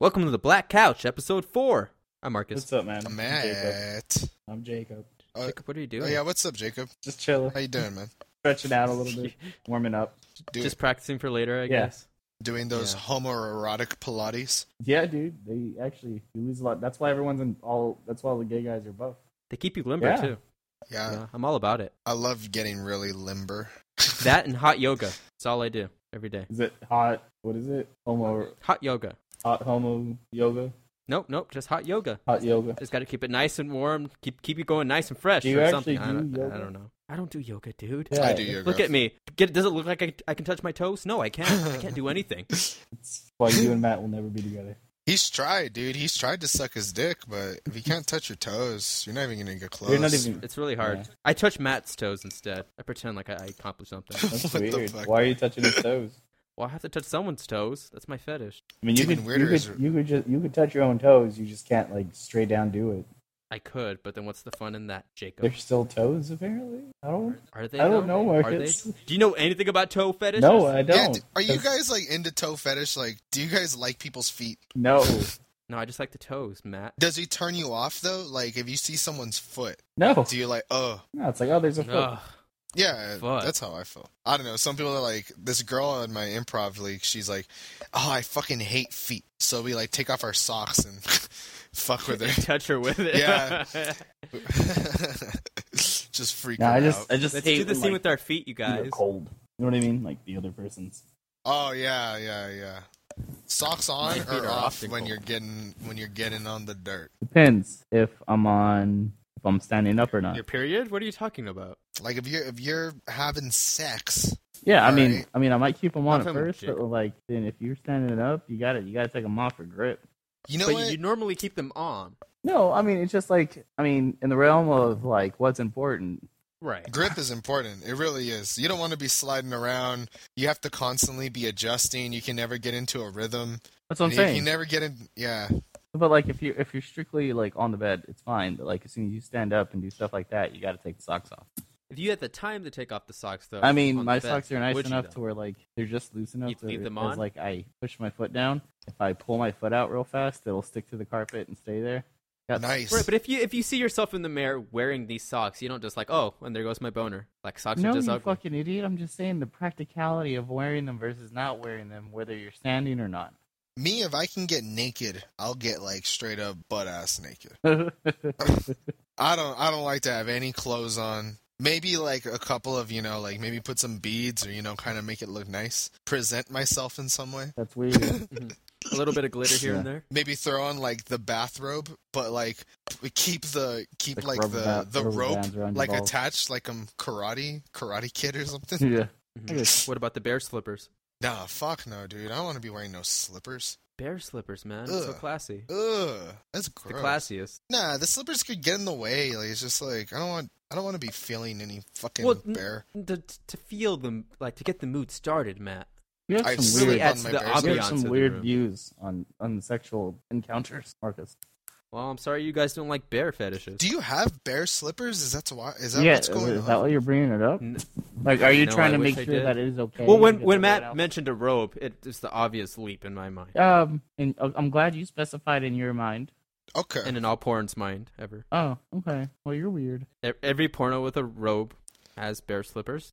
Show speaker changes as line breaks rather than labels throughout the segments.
Welcome to the Black Couch, episode four. I'm Marcus.
What's up, man? I'm Jacob.
Matt.
I'm Jacob.
Oh,
Jacob, what are you
oh,
doing?
yeah, what's up, Jacob?
Just chilling,
How you doing, man?
stretching out a little bit, warming up.
Do,
Just practicing for later, I
Yeah.
guess.
doing those
yeah.
homoerotic Pilates.
Yeah, dude. They actually you lose a lot. That's why everyone's in all. That's why all the gay guys are buff.
They keep you limber
Yeah. Uh,
too.
Yeah,
Yeah, I'm all about it.
I love getting really limber.
That and hot yoga. It's all I do every day.
Is it hot? What is it? Homo
Hot yoga.
hot homo yoga.
Nope, nope, just hot yoga.
Hot yoga.
Just got to keep it nice and warm. Keep keep you going nice and fresh
Do you
or
actually
something. I, don't,
do
I
yoga?
don't know. I don't do yoga, dude.
Yeah.
I do yoga.
Look at me. Get, does it look like I, I can touch my toes? No, I can't. I can't do anything.
It's why you and Matt will never be together.
He's tried, dude. He's tried to suck his dick, but if you can't touch your toes, you're not even gonna get close.
You're not even.
It's really hard.
Yeah.
I touch Matt's toes instead. I pretend like I, I accomplished something.
That's
What the
weird.
fuck?
Why are you touching his toes?
Well, I have to touch someone's toes. That's my fetish.
I mean, you
Even
could, you
weirder
could,
is-
you could just you could touch your own toes. You just can't like straight down do it.
I could, but then what's the fun in that, Jacob?
They're still toes apparently. I don't.
Are they?
I don't
though?
know,
Are they?
Marcus.
Do you know anything about toe fetishes?
No, I
Yeah,
don't.
d- are you
That's-
guys like into toe fetish? Like, do you guys like people's feet?
No.
no, I just like the toes, Matt.
Does he turn you off though? Like, if you see someone's foot,
No.
do you like, oh,
No, it's like, oh, there's a foot.
Ugh.
yeah?
Fuck.
That's how I feel. I don't know. Some people are like, this girl in my improv league, she's like, oh, I fucking hate feet. So we like take off our socks and fuck with her.
Touch her with it.
Yeah.
Let's
just freak
No,
her
I just,
out.
I just hate
do the
when,
same
like,
with our feet, you
feet are
guys.
cold. You know what I mean? Like the other person's.
Oh yeah, yeah, yeah. Socks on
feet
or
are
off
often
when
cold.
you're getting when you're getting on the dirt.
Depends if I'm on, if I'm standing up or not.
Your period? What are you talking about?
Like if you're if you're having sex,
Yeah, I mean,
Alright.
I mean, I might keep them on
I'm
at
talking
first,
about
but like, then if you're standing up, you got to You got to take them off for grip.
you know
but
what?
you normally keep them on,
No, I mean, it's just like, I mean, in the realm of like what's important.
right?
Grip is important. It really is. You don't want to be sliding around. You have to constantly be adjusting. You can never get into a rhythm.
That's what I'm
you,
saying.
you never get in. Yeah,
But like, if you if you're strictly like on the bed, it's fine. But like, as soon as you stand up and do stuff like that, you got to take the socks off.
If you had the time to take off the socks, though,
I mean,
on
my
the bed,
socks are nice
would you,
enough
though?
to where like they're just loose enough
You'd
to
leave
where
them
as
on?
like I push my foot down, if I pull my foot out real fast, it'll stick to the carpet and stay there. Got-
nice.
Right, but if you if you see yourself in the mirror wearing these socks, you don't just like, oh, and there goes my boner. Like socks
No,
are
you
just ugly.
fucking idiot! I'm just saying the practicality of wearing them versus not wearing them, whether you're standing or not.
Me, if I can get naked, I'll get like straight up butt ass naked. I don't I don't like to have any clothes on. Maybe like a couple of, you know, like maybe put some beads or you know, kind of make it look nice. Present myself in some way.
That's weird.
A little bit of glitter here and
Yeah.
there.
Maybe throw on like the bathrobe, but like keep the keep
Like
like,
rubber
the
ba-
the
rubber
rope
bands around your
like
balls.
attached like um karate karate kid or something.
yeah.
Mhm. What about the bear slippers?
nah, fuck no, dude. I don't want to be wearing no slippers.
Bear slippers, man. It's so
Ugh.
classy.
Ugh, that's
It's the
gross.
classiest.
Nah, the slippers could get in the way. Like it's just like I don't want I don't want to be feeling any fucking
Well, n-
bear.
to, to feel them like to get the mood started matt
You have
I
some
really
really
weird,
am-
adds
my
to the
best.
you
ambiance
have
of
some
the
weird
room.
views on on sexual encounters, Marcus.
well i'm sorry you guys don't like bear fetishes
Do you have bear slippers? Is that why? Is that
yeah,
what's going
is
on?
that why you're bringing it up?
N-
Like, are you
No,
trying
I
to
wish
make
I
sure
did.
that it is okay?
well
to
when
get
when
the
matt
word out?
mentioned a robe it, it's the obvious leap in my mind
Um, and uh, I'm glad you specified in your mind.
okay.
and in all porn's mind ever
Oh, okay. Well, you're weird.
E- every porno with a robe has bear slippers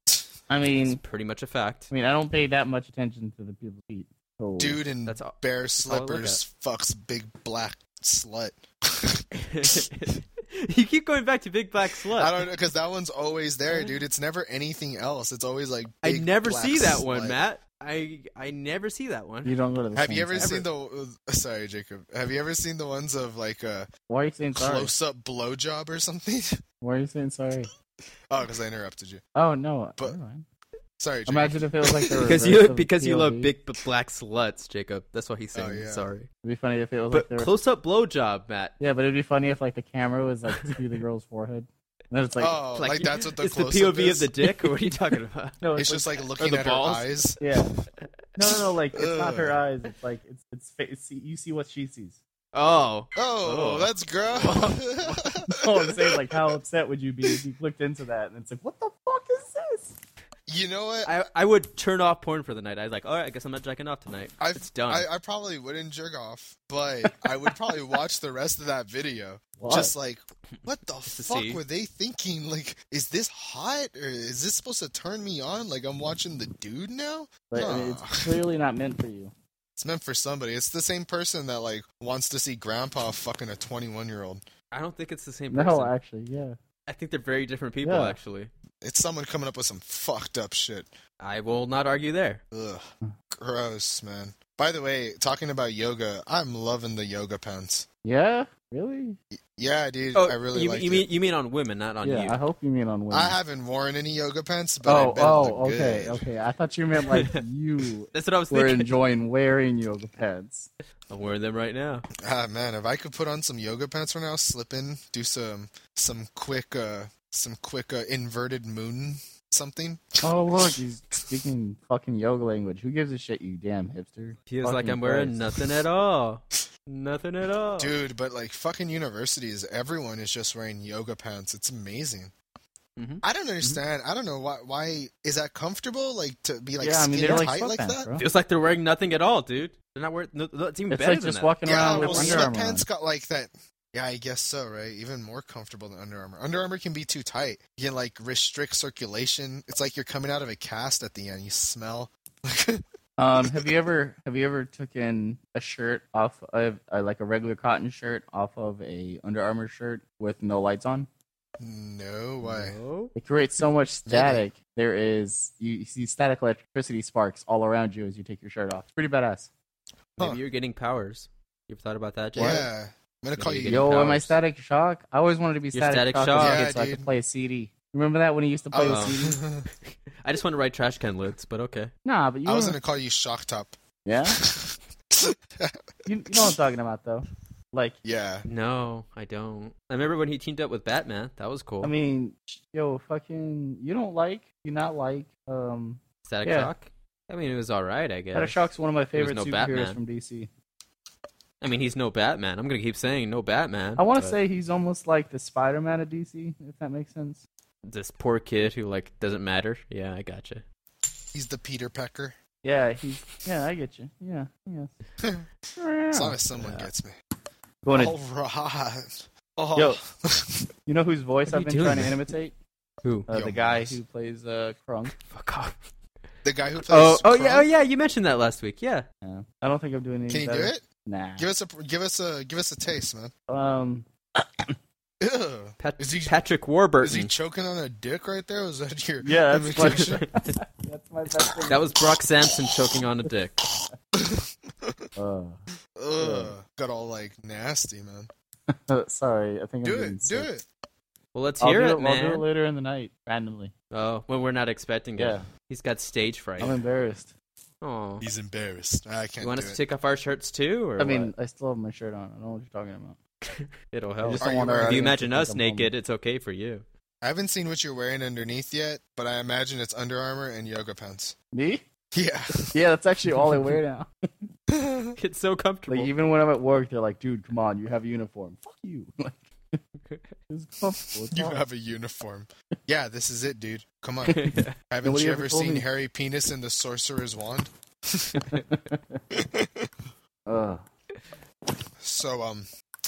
I
it's
mean,
pretty much a fact
I mean, I don't pay that much attention to the people's feet. So,
Dude in
That's all-
bear
all I look
slippers fucks big black slut.
you keep going back to big black slut
I don't know because that one's always there, dude. It's never anything else. It's always like
I
big
never
black
see that
slut.
one matt i i never see that one
you don't go to the.
Have
same
you ever
place.
seen the? uh, Sorry, Jacob. Have you ever seen the ones of like a
Why are you saying sorry?
close-up blowjob or something?
Why are you saying sorry?
Oh, because I interrupted you.
Oh no.
But-
never mind.
Sorry, Jacob.
Imagine if it was like the E.
because
reverse
you
of
because you love
POV.
big b- black sluts jacob that's why he's saying
Oh, yeah.
sorry
It'd be funny if it was
But
like the.
close up blowjob, Matt.
yeah, but it'd be funny if like the camera was like to the girl's forehead. And then it's like.
oh, like, that's what the
it's the
close-up
POV
is.
of the dick. Or what are you talking about?
no,
It's
like-
just like looking
the
at
balls.
her eyes.
Yeah. No, no, no. Like it's not her
Ugh.
eyes. It's like it's it's fa- it's- you see what she sees.
Oh,
Oh,
Oh.
that's gross.
Oh, No, I'm saying like how upset would you be if you clicked into that and it's like what the fuck is this?
You know what?
I, I would turn off porn for the night. I was like, all right, I guess I'm not jacking off tonight.
I've-
it's done.
I, I probably wouldn't jerk off, but I would probably watch the rest of that video.
What?
Just like, what the
to
fuck
see.
were they thinking? Like, is this hot or is this supposed to turn me on? Like, I'm watching the dude now.
but I mean, it's
Nah.
clearly not meant for you.
It's meant for somebody. It's the same person that like wants to see grandpa fucking a 21 year old.
I don't think it's the same person.
No,
I...
actually, yeah.
think they're very different people,
Yeah.
actually.
It's someone coming up with some fucked up shit.
I will not argue there.
Ugh, gross, man. By the way, talking about yoga, I'm loving the yoga pants.
Yeah, really?
Yeah, dude,
Oh,
I really
you,
like
you mean you mean on women, not on
yeah,
you.
I hope you mean on women.
I haven't worn any yoga pants, but I
oh,
bet it
oh,
look
okay,
good.
okay. I thought you meant like you
That's what I was
were
thinking.
enjoying wearing yoga pants.
I'm wearing them right now.
Ah man, if I could put on some yoga pants right now, slip in, do some some quick uh some quick uh, inverted moon something.
Oh look, he's speaking fucking yoga language. Who gives a shit, you damn hipster?
He was like,
Fucking
I'm wearing
Christ.
nothing at all. Nothing at all.
Dude, but like fucking universities, everyone is just wearing yoga pants. It's amazing.
Mhm.
I don't
Mm-hmm.
understand. I don't know why why is that comfortable like to be like
yeah, I mean
skin
they're like
tight like
sweatpants,
that?
bro.
Feels like they're wearing nothing at all, dude. They're not wearing. No, no, it's even
It's
better
like
than
just
that.
walking
Yeah,
around
well,
with Under Armour. on.
sweatpants got like that. Yeah, I guess so, right? Even more comfortable than Under Armour. Under Armour can be too tight. You can, like restrict circulation. It's like you're coming out of a cast at the end. You smell.
Um, have you ever have you ever taken a shirt off of uh, like a regular cotton shirt off of a Under Armour shirt with no lights on?
no way.
No.
It creates so much
Yeah.
static. There is you, you see static electricity sparks all around you as you take your shirt off. It's pretty badass.
Huh.
Maybe you're getting powers. You ever thought about that, Jay?
Yeah. I'm gonna call
Maybe
you.
you
Yo, am I
powers.
static shock? I always wanted to be
You're
static,
Static
shock,
Shock. Oh.
as a kid
Yeah,
so I could
dude.
play a CD. Remember that when he used to
I
play a CD?
was,
I just want to write trash can lids, but okay.
Nah, but you
I was gonna
remember-
call you Shock Top.
yeah. You, you know what I'm talking about though. Like,
yeah.
No, I don't. I remember when he teamed up with Batman. That was cool.
I mean, yo, fucking, you don't like, you not like, um,
Static
yeah.
Shock. I mean, it was all right, I guess.
Static Shock's one of my favorite
no
superheroes
Batman.
from DC.
I mean, he's no Batman. I'm gonna keep saying no Batman.
I want to
but
say he's almost like the Spider-Man of DC, if that makes sense.
this poor kid who like doesn't matter. Yeah, I gotcha.
He's the Peter Pecker.
Yeah, he's. Yeah, I get you. Yeah, yes.
As long as someone
Yeah.
gets me.
Going to,
All right. Oh.
Yo. you know whose
What
voice
are
I've
you
been
doing,
trying to
man?
imitate?
Who?
Uh,
Yo,
the guy
Miles.
who plays uh, Krunk.
Fuck off.
the guy who plays.
Oh, oh yeah, oh
Krunk?
yeah. You mentioned that last week. Yeah.
Yeah. I don't think I'm doing any
Can you do
better.
it?
Nah.
Give us a give us a give us a taste, man.
Um,
Ew.
Pat-
Is he-
Patrick
Is he
Warburton.
choking on a dick right there? Was that your
yeah, that's, my,
imitation?
that's my best thing.
that was Brock Sampson choking on a dick.
Uh,
Ugh. Got all like nasty, man.
Uh, sorry, I think I'm
Do
getting
it, do
sick.
it.
Well, let's
I'll
hear
do
it,
it, I'll do
man.
it later in the night, randomly.
oh, when we're not expecting it.
Yeah,
He's got stage fright.
I'm embarrassed.
Oh.
He's embarrassed. I can't
You want
do
us to
it.
take off our shirts too? Or
I mean,
what?
I still have my shirt on. I don't know what you're talking about.
it'll
I
help.
just
Are
don't
you
want our
wearing-
Oh. If you
audience to
imagine
think
us
I'm
naked, it's okay for you.
I haven't seen what you're wearing underneath yet, but I imagine it's Under Armour and yoga pants.
homeless. Me?
Yeah.
Yeah, that's actually all I wear now.
It's so comfortable.
Like even when I'm at work, they're like, "Dude, come on, you have a uniform. Fuck you." Like, it's comfortable. It's
you
all-
have a uniform. Yeah, this is it, dude. Come on. Haven't
Nobody
you
ever
ever
told
seen
me.
Harry Penis in the Sorcerer's Wand?
Ugh.
So, um,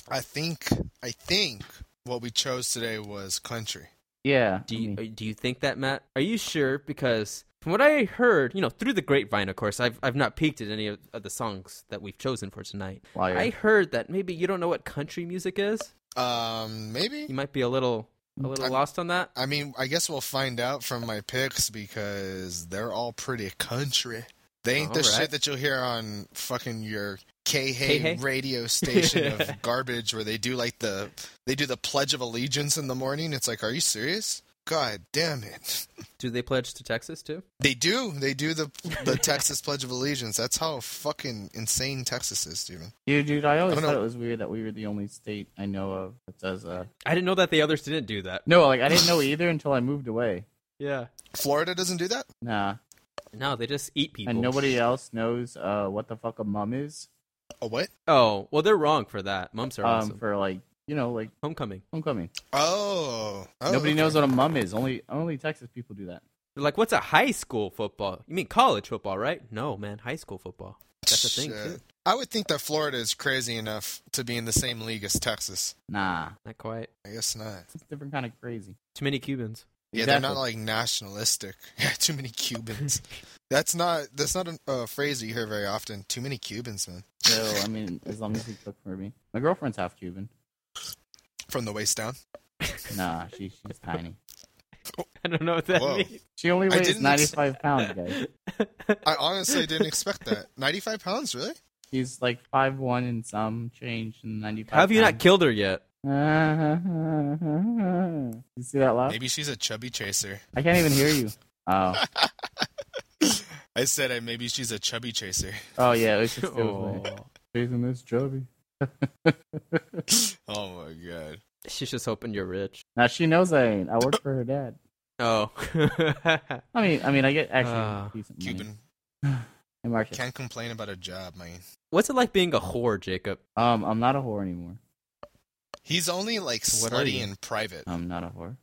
I think, I think what we chose today was country.
yeah.
do
I
you
mean,
uh, do you think that, Matt? Are you sure? Because from what I heard, you know, through the grapevine, of course, I've I've not peeked at any of, of the songs that we've chosen for tonight.
liar.
I heard that maybe you don't know what country music is.
Um,
You
maybe.
might be a little a little
I'm-
lost on that.
I mean, I guess we'll find out from my picks because they're all pretty country. They ain't the
All right.
shit that you'll hear on fucking your
K-Hey?
K-Hey radio station of garbage where they do like the they do the Pledge of Allegiance in the morning. It's like, are you serious? God damn it.
Do they pledge to Texas too?
They do. They do the the Texas Pledge of Allegiance. That's how fucking insane Texas is, Steven.
dude, dude, I always
I don't
thought
know.
it was weird that we were the only state I know of that does. Uh...
I didn't know that the others didn't do that.
No, like I didn't know either until I moved away.
Yeah.
Florida doesn't do that?
Nah,
No, they just eat people.
and nobody else knows uh, what the fuck a mum is.
Oh what?
Oh, well, they're wrong for that. Mums are
um,
awesome.
for like you know like
Homecoming.
homecoming.
Oh. Oh,
Nobody
okay.
knows what a mum is. Only only Texas people do that.
They're like, what's a high school football? You mean college football, right? No, man, high school football. That's a thing
Shit.
too.
I would think that Florida is crazy enough to be in the same league as Texas.
Nah,
Not quite.
I guess not.
it's different kind of crazy.
Too many Cubans.
Yeah, they're not like nationalistic. Yeah, too many Cubans. that's not that's not a, a phrase that you hear very often. Too many Cubans, man.
So I mean, as long as you cook for me, my girlfriend's half Cuban.
From the waist down.
Nah, she, she's tiny.
I don't know what that
Whoa.
means.
She only
I
weighs
didn't
ninety
ex-
five pounds, guys.
I honestly didn't expect that. Ninety-five pounds, really?
She's like five one and some change and ninety five.
How have you not killed her yet?
you see that laugh?
Maybe she's a chubby chaser.
I can't even hear you. Oh,
I said I, maybe she's a chubby chaser.
oh yeah, it was just it was
Oh.
like, chasing this chubby.
Oh my god.
She's just hoping you're rich.
Now she knows I ain't. I work for her dad.
Oh.
I mean, I mean, I get actually
Ah,
decent money.
Cuban
Hey, Marcus.
can't complain about a job, man.
What's it like being a whore, Jacob?
Um, I'm not a whore anymore.
He's only like
What are
slutty
you? Oh.
in private.
I'm not a whore.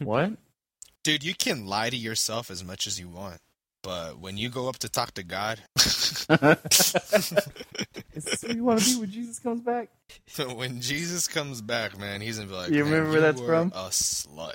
What?
Dude, you can lie to yourself as much as you want, but when you go up to talk to God,
Is this what you want to be when Jesus comes back?
when Jesus comes back, man, he's gonna be like,
You
"Man,
remember
you
that's
were
from?
a slut."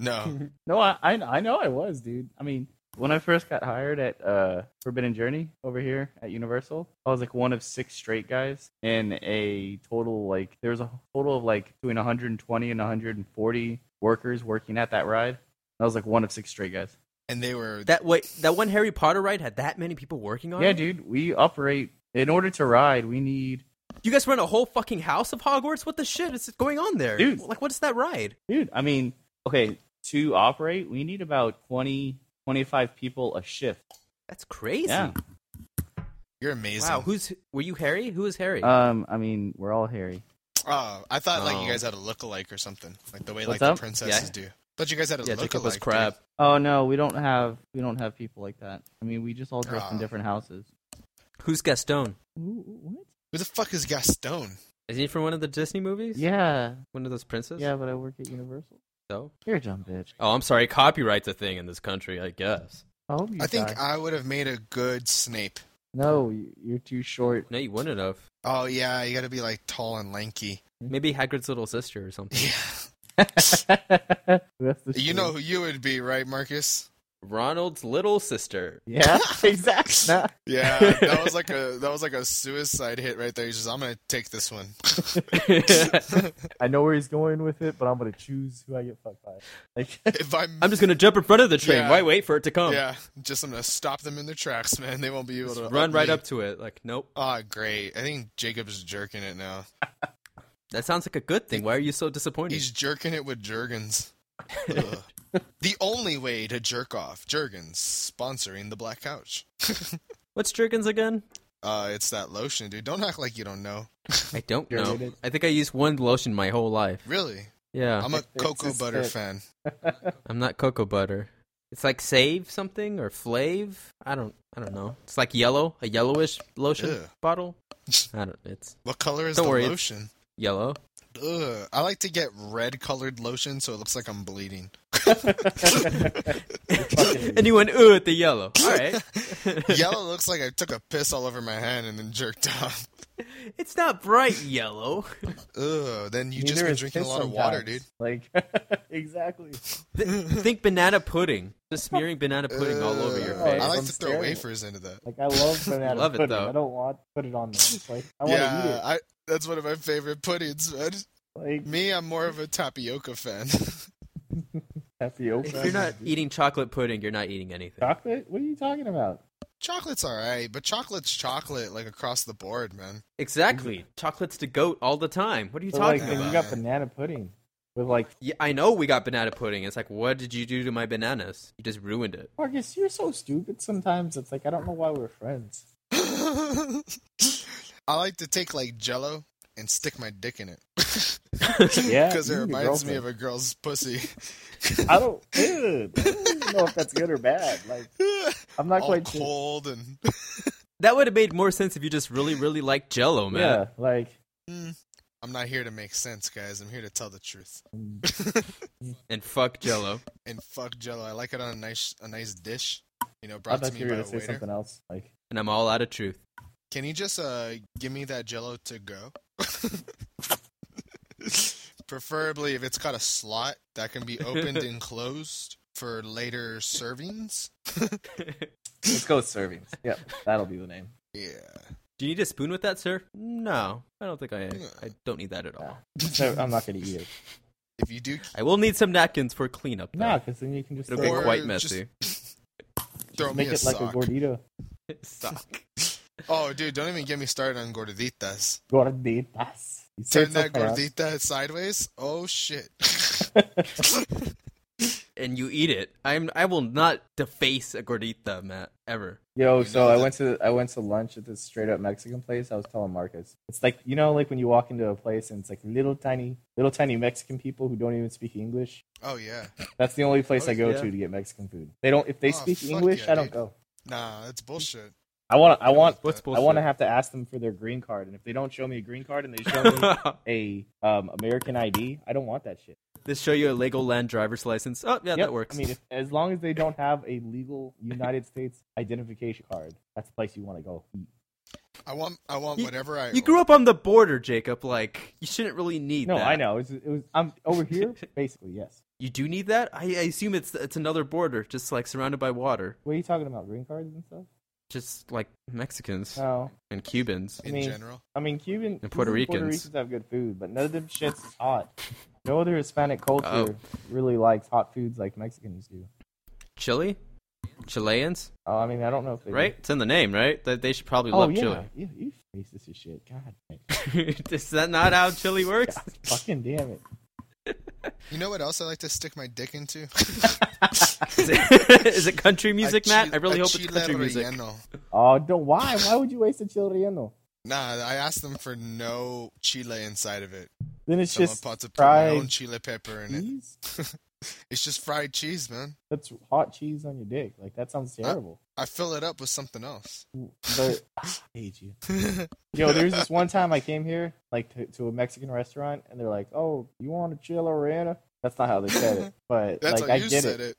No,
No, I, I I know I was, dude. I mean, when I first got hired at uh, Forbidden Journey over here at Universal, I was like one of six straight guys in a total like there was a total of like between 120 and 140 workers working at that ride. I was like one of six straight guys.
and they were
That wait, that one Harry Potter ride had that many people working on
Yeah,
it?
dude, we operate in order to ride. We need
You guys run a whole fucking house of Hogwarts? What the shit is going on there?
Dude.
Like, what is that ride?
dude. I mean, okay, to operate, we need about 20 25 people a shift.
That's crazy.
Yeah.
you're amazing.
Wow, who's were you Harry? Who is Harry?
Um, I mean, we're all hairy.
Oh, I thought like
Oh.
you guys had a lookalike or something, like the way like
What's
the
up?
princesses do. But you guys had a
yeah,
lookalike.
Jacob was
dude.
crab.
Oh no, we don't have we don't have people like that. I mean, we just all dress in
Ah.
different houses.
Who's Gaston?
What?
Who the fuck is Gaston?
Is he from one of the Disney movies?
Yeah,
One of those princes?
yeah, but I work at Universal.
So?
You're a dumb bitch.
Oh, I'm sorry. Copyright's a thing in this country, I guess.
I hope you
I think
die.
I would have made a good Snape.
No, you- you're too short.
No, you wouldn't have.
Oh yeah, you got to be like tall and lanky.
Maybe Hagrid's little sister or something.
Yeah,
That's the
you
shit.
know who you would be, right, Marcus?
Ronald's little sister.
Yeah, exactly. Nah.
Yeah, that was like a that was like a suicide hit right there. He's just, I'm gonna take this one.
I know where he's going with it, but I'm gonna choose who I get fucked by. Like,
if I'm,
I'm just gonna jump in front of the train.
Yeah.
Why wait for it to come?
yeah, just I'm gonna stop them in their tracks, man. They won't be able
Just
to
run right
me.
up to it. Like, nope.
Ah, great. I think Jacob's jerking it now.
That sounds like a good thing. Why are you so disappointed?
He's jerking it with Jergens. Ugh. the only way to jerk off Jergens sponsoring the Black Couch.
What's Jergens again?
Uh, it's that lotion, dude. Don't act like you don't know.
I don't know.
Jergens.
I think I used one lotion my whole life.
Really,
Yeah,
I'm a
It's
cocoa
his
butter
fit.
fan.
I'm not cocoa butter. It's like save something or flave. I don't. I don't know. It's like yellow, a yellowish lotion
Ew.
bottle. I don't. It's
What color is
Don't
the
worry, it's-
lotion?
yellow.
Ugh. I like to get red colored lotion so it looks like I'm bleeding.
and you went ooh at the yellow. All right.
Yellow looks like I took a piss all over my hand and then jerked off.
It's not bright yellow.
Ugh. Then you just
Neither
been
is
drinking a
piss
lot of water, dude.
sometimes. Like, exactly.
Th- think banana pudding. Just smearing banana pudding all over your
Ugh.
face.
Uh, I like
Uh, I'm
to throw
staring.
wafers into that.
Like I love banana
Love it,
pudding.
though.
I don't want to put it on there. It's Like I want to eat
yeah,
it.
I, that's one of my favorite puddings, man.
Like
Me, I'm more of a tapioca fan.
tapioca.
If you're not eating chocolate pudding, you're not eating anything.
chocolate, what are you talking about?
Chocolate's alright, but chocolate's chocolate, like across the board, man.
Exactly. Chocolate's the goat all the time. What are you
But,
talking
like, then
about?
you got banana pudding with like
yeah, I know we got banana pudding. It's like, what did you do to my bananas? You just ruined it.
Marcus. You're so stupid. Sometimes it's like I don't know why we're friends.
I like to take like Jello and stick my dick in it.
Yeah,
because it
you and your
reminds me of
girlfriend.
a girl's pussy.
I don't. Dude, I don't even know if that's good or bad. Like I'm not
all
quite sure.
cold and
That would have made more sense if you just really, really liked Jello, man.
Yeah, like
Mm, I'm not here to make sense, guys. I'm here to tell the truth.
and fuck Jello.
and fuck Jello. I like it on a nice a nice dish. You know,
I
brought to
thought
me
you were
by
gonna
a
say
waiter.
something else. Like
and I'm all out of truth.
Can you just uh give me that Jello to go? Preferably, if it's got a slot that can be opened and closed for later servings.
let's go with servings. Yep, that'll be the name.
Yeah.
Do you need a spoon with that, sir? No, I don't think I. I don't need that at all.
So I'm not gonna eat it.
If you do
I will need some napkins for cleanup. Though.
No, because then you can just
It'll
throw
get
Or
it-
quite
just-
messy.
throw me
make
a
it like
sock.
a gordita.
Suck.
oh, dude, don't even get me started on gorditas.
Gorditas. You say
Turn
it so
that
fast.
gordita sideways. Oh shit.
and you eat it. I'm. I will not deface a gordita, Matt. Ever.
Yo,
You
so
know
I
that-
went to I went to lunch at this straight up Mexican place. I was telling Marcus, it's like you know, like when you walk into a place and it's like little tiny, little tiny Mexican people who don't even speak English.
oh yeah.
That's the only place
Oh,
I go
yeah.
to to get Mexican food. They don't if they
Oh,
speak
fuck
English,
yeah,
I don't
dude.
go.
Nah, that's bullshit.
I want I want
What's
I
bullshit?
want to have to ask them for their green card, and if they don't show me a green card and they show me a um, American ID, I don't want that shit.
Just show you a Legoland driver's license. Oh yeah,
Yep,
that works.
I mean, if, as long as they don't have a legal United States identification card, that's the place you want to go.
I want I want
You-
whatever I
you grew up on the border, Jacob. Like you shouldn't really need
No,
that.
I know. It was, it was. I'm over here, basically. Yes.
You do need that. I, I assume it's it's another border, just like surrounded by water,
What are you talking about? Green cards and stuff?
just like Mexicans
No.
and Cubans.
in
mean-
general.
I mean, Cuban
And Puerto
Puerto
Ricans.
Ricans have good food, but none of them shits is hot. No other Hispanic culture
Oh.
really likes hot foods like Mexicans do.
Chile, Chileans,
Oh, I mean, I don't know if they do.
right? It's in the name, right? That they should probably
Oh
love
yeah,
Chile.
yeah, you racist as shit. God, damn it.
Is that not how Chile works?
fucking damn it.
You know what else I like to stick my dick into?
Is it- is it country music,
A
Matt?
chil-
I really
a
hope it's
chile
country music.
relleno.
Oh, don't. Why? Why would you waste a chile relleno?
Nah, I asked them for no chile inside of it.
Then it's
Someone
just
about to put my
fried
own chile pepper in it.
cheese.
It's just fried cheese, man.
That's hot cheese on your dick. Like that sounds terrible.
I fill it up with something else.
But I hate you. Yo, there's this one time I came here, like to, to a Mexican restaurant, and they're like, "Oh, you want a chile relleno?" That's not how they said it, but
That's
like
how
I
you
get
said
it.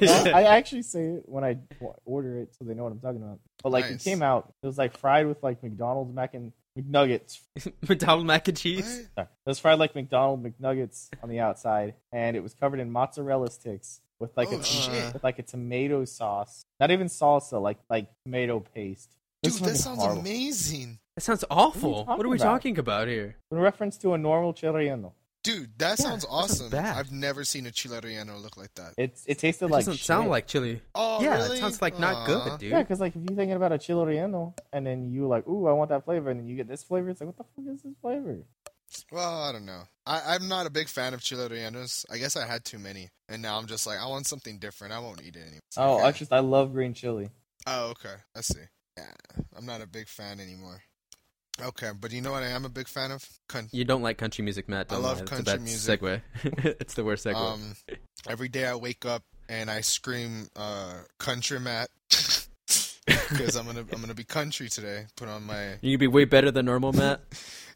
Well, I actually say it when I w- order it, so they know what I'm talking about. But like it
Nice.
came out, it was like fried with like McDonald's mac and McNuggets.
McDonald mac and
What?
cheese.
Sorry. It was fried like McDonald McNuggets on the outside, and it was covered in mozzarella sticks with like
Oh,
a
shit.
with like a tomato sauce, not even salsa, like like tomato paste. It was
Dude, that
fucking
sounds
horrible.
amazing.
That sounds awful.
talking
What are we
about?
talking about here?
In reference to a normal chile relleno,
Dude, that sounds
that sounds
awesome.
bad.
I've never seen a chile relleno look like that.
it it tasted
It
like
doesn't
shit.
sound like chili.
Oh,
yeah,
really?
it sounds like not
Aw.
good, dude.
Yeah, because like if you're thinking about a chile relleno and then you like, ooh, I want that flavor, and then you get this flavor, it's like, what the fuck is this flavor?
Well, I don't know. I, I'm not a big fan of chile rellenos. I guess I had too many, and now I'm just like, I want something different. I won't eat it anymore.
Oh,
Okay.
I just I love green chili.
Oh, okay. I see. Yeah, I'm not a big fan anymore. Okay, but you know what I am a big fan of? Con-
You don't like country music, Matt.
I
Don't
love
lie. It's a
country
bad
music.
Segue. it's the worst segue.
um, every day I wake up and I scream, uh, "Country Matt," because I'm gonna I'm gonna be country today. Put on my.
you can be way better than normal, Matt.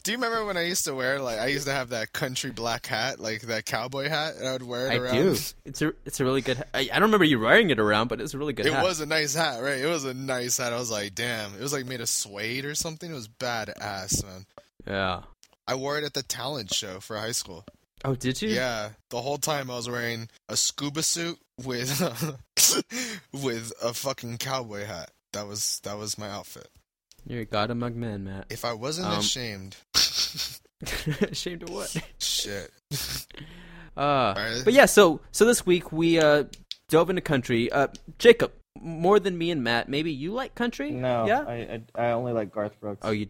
Do you remember when I used to wear like I used to have that country black hat, like that cowboy hat, and I would wear it
I
around.
do. It's a it's a really good. I, I don't remember you wearing it around, but it's a really good.
It
hat.
was a nice hat, right? It was a nice hat. I was like, damn. It was like made of suede or something. It was badass, man.
Yeah.
I wore it at the talent show for high school.
Oh, did you?
Yeah, the whole time I was wearing a scuba suit with with a fucking cowboy hat. That was that was my outfit.
You're a god among men, Matt.
If I wasn't
Um,
ashamed,
Ashamed of what?
shit.
Uh,
Alright.
But yeah, so so this week we uh, dove into country. Uh, Jacob, more than me and Matt, maybe you like country?
No,
Yeah.
I, I I only like Garth Brooks
oh, you.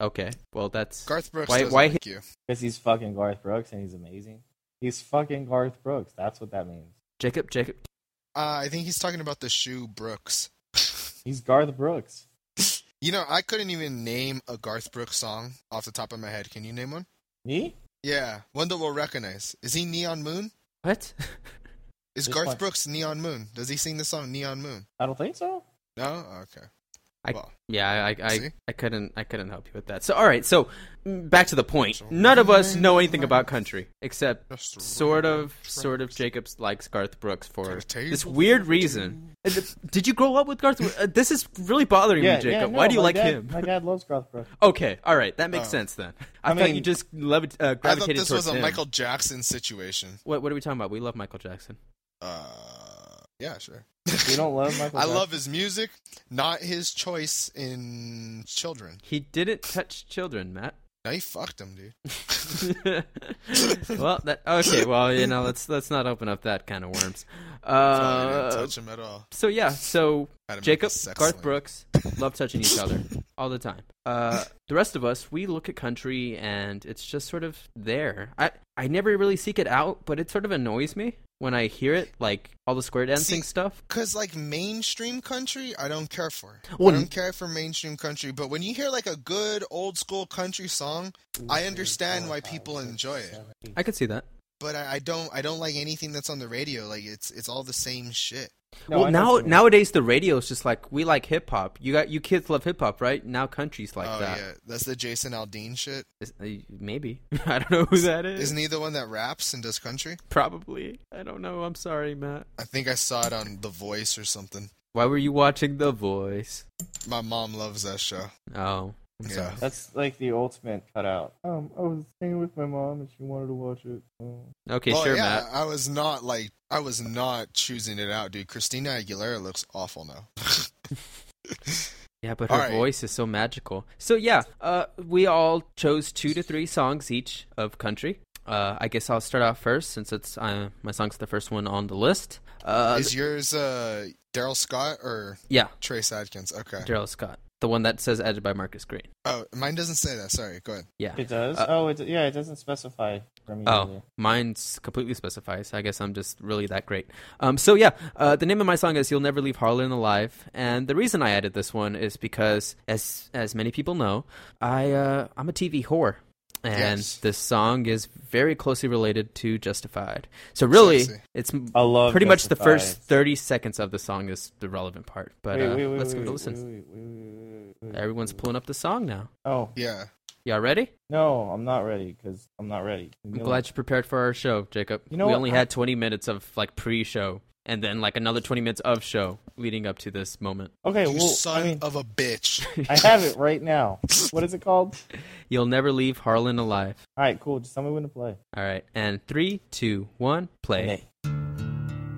Okay. Well, that's.
Garth Brooks
Why-
doesn't
why
like you.
because he's fucking Garth Brooks and he's amazing. He's fucking Garth Brooks. That's what that means.
Jacob, Jacob,
Uh, I think he's talking about the shoe Brooks.
He's Garth Brooks.
You know, I couldn't even name a Garth Brooks song off the top of my head. Can you name one?
Me?
Yeah, one that we'll recognize. Is he Neon Moon?
what?
Is
Which
Garth
one?
Brooks Neon Moon? Does he sing the song Neon Moon?
I don't think so.
No? Okay.
I-
well,
Yeah, I, I, I,
See?
I couldn't, I couldn't help you with that. So, all right. So, mm, back to the point.
So-
None of us know anything about country except
just
sort
roll
of, sort of.
tracks.
Jacobs likes Garth Brooks for
Got a
this
table
weird
for
reason. Uh, th- Did you grow up with Garth? Uh, this is really bothering me, Jacob.
no,
Why do you
my
like
dad-
him?
My dad loves Garth Brooks.
Okay, all right, that makes
Oh.
sense then. I,
I
thought you
mean-
just levit- uh,
I thought
gravitated
this
towards
was a
him.
Michael Jackson situation.
What, what are we talking about? We love Michael Jackson.
Uh, yeah, sure.
You don't love Michael.
I
Jackson?
love his music, not his choice in children.
He didn't touch children, Matt.
Now he fucked him, dude.
well, that okay. Well, you know, let's let's not open up that kind of worms.
Probably didn't
Uh,
touch him at all.
so yeah, so
Had to make a
Jacob,
sex
Garth
link.
Brooks love touching each other all the time. Uh, the rest of us, we look at country and it's just sort of there. I I never really seek it out, but it sort of annoys me when I hear it, like all the square dancing
See-
stuff.
Cause like mainstream country, I don't care for.
Well,
I don't care for mainstream country, but when you hear like a good old school country song, I understand why people enjoy it.
I could see that.
But I, I don't, I don't like anything that's on the radio. Like it's, it's all the same shit.
No,
well,
I know
now
what you mean.
nowadays the radio is just like we like hip hop. You got you kids love hip hop, right? Now country's like
oh
that.
yeah, that's the Jason Aldean shit.
Is- uh, maybe I don't know who that is.
Isn't he the one that raps and does country?
Probably I don't know. I'm sorry, Matt.
I think I saw it on The Voice or something.
Why were you watching The Voice?
My mom loves that show.
Oh, I'm
Yeah.
sorry.
That's like the ultimate cutout. Um, I was staying with my mom and she wanted to watch it. Oh.
Okay,
Well,
sure,
yeah,
Matt.
I was not like I was not choosing it out, dude. Christina Aguilera looks awful now.
Yeah, but her
All right.
voice is so magical. So yeah, uh, we all chose two to three songs each of country. Uh, I guess I'll start off first since it's uh, my song's the first one on the list. Uh,
Is yours uh, Daryl Scott or
yeah,
Trace Adkins? Okay.
Daryl Scott, the one that says "Edged by Marcus Green."
Oh, mine doesn't say that. Sorry. Go ahead.
Yeah.
It does.
Uh,
oh, it, yeah. It doesn't specify for me.
Oh, mine's completely specifies. I guess I'm just really that great. Um, so yeah, uh, the name of my song is "You'll Never Leave Harlan Alive," and the reason I added this one is because, as as many people know, I uh, I'm a TV whore, and
Yes.
this song is very closely related to Justified. So really,
Sexy.
it's
I love
pretty much the
Justified.
first thirty seconds of the song is the relevant part. But
Wait,
uh,
wait, wait,
let's
wait,
give it a
wait,
listen.
wait, wait, wait, wait, wait, wait.
Everyone's pulling up the song now.
Oh
Yeah.
Y'all ready?
no, I'm not ready because I'm not ready.
I'm glad you prepared for our show, Jacob.
You know
we
what?
only
I-
had 20 minutes of like pre-show, and then like another 20 minutes of show leading up to this moment.
Okay,
you
well,
son
I mean,
of a bitch.
I have it right now. What is it called?
You'll never leave Harlan alive.
All right, cool. Just tell me when to play.
All right, and three, two, one, play.
Nay.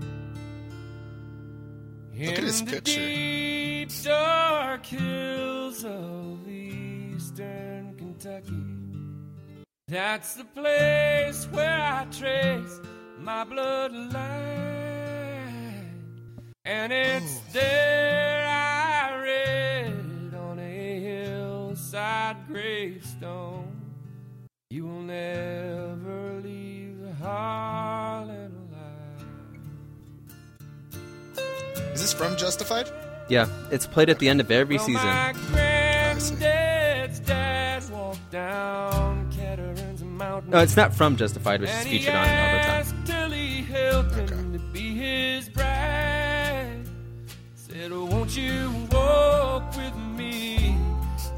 Look at his picture.
deep dark hills of eastern Kentucky. That's the place where I trace my bloodline. And it's there I read on a hillside gravestone. You will never leave the Harlan alive.
Is this from Justified?
Yeah, it's played at the end of every
Well,
season.
My granddad's dad walked down Caterans Mountain.
No, it's not from Justified, which is
and he
featured on it all the time.
asked Tilly Hilton to be his bride. Said, oh, won't you walk with me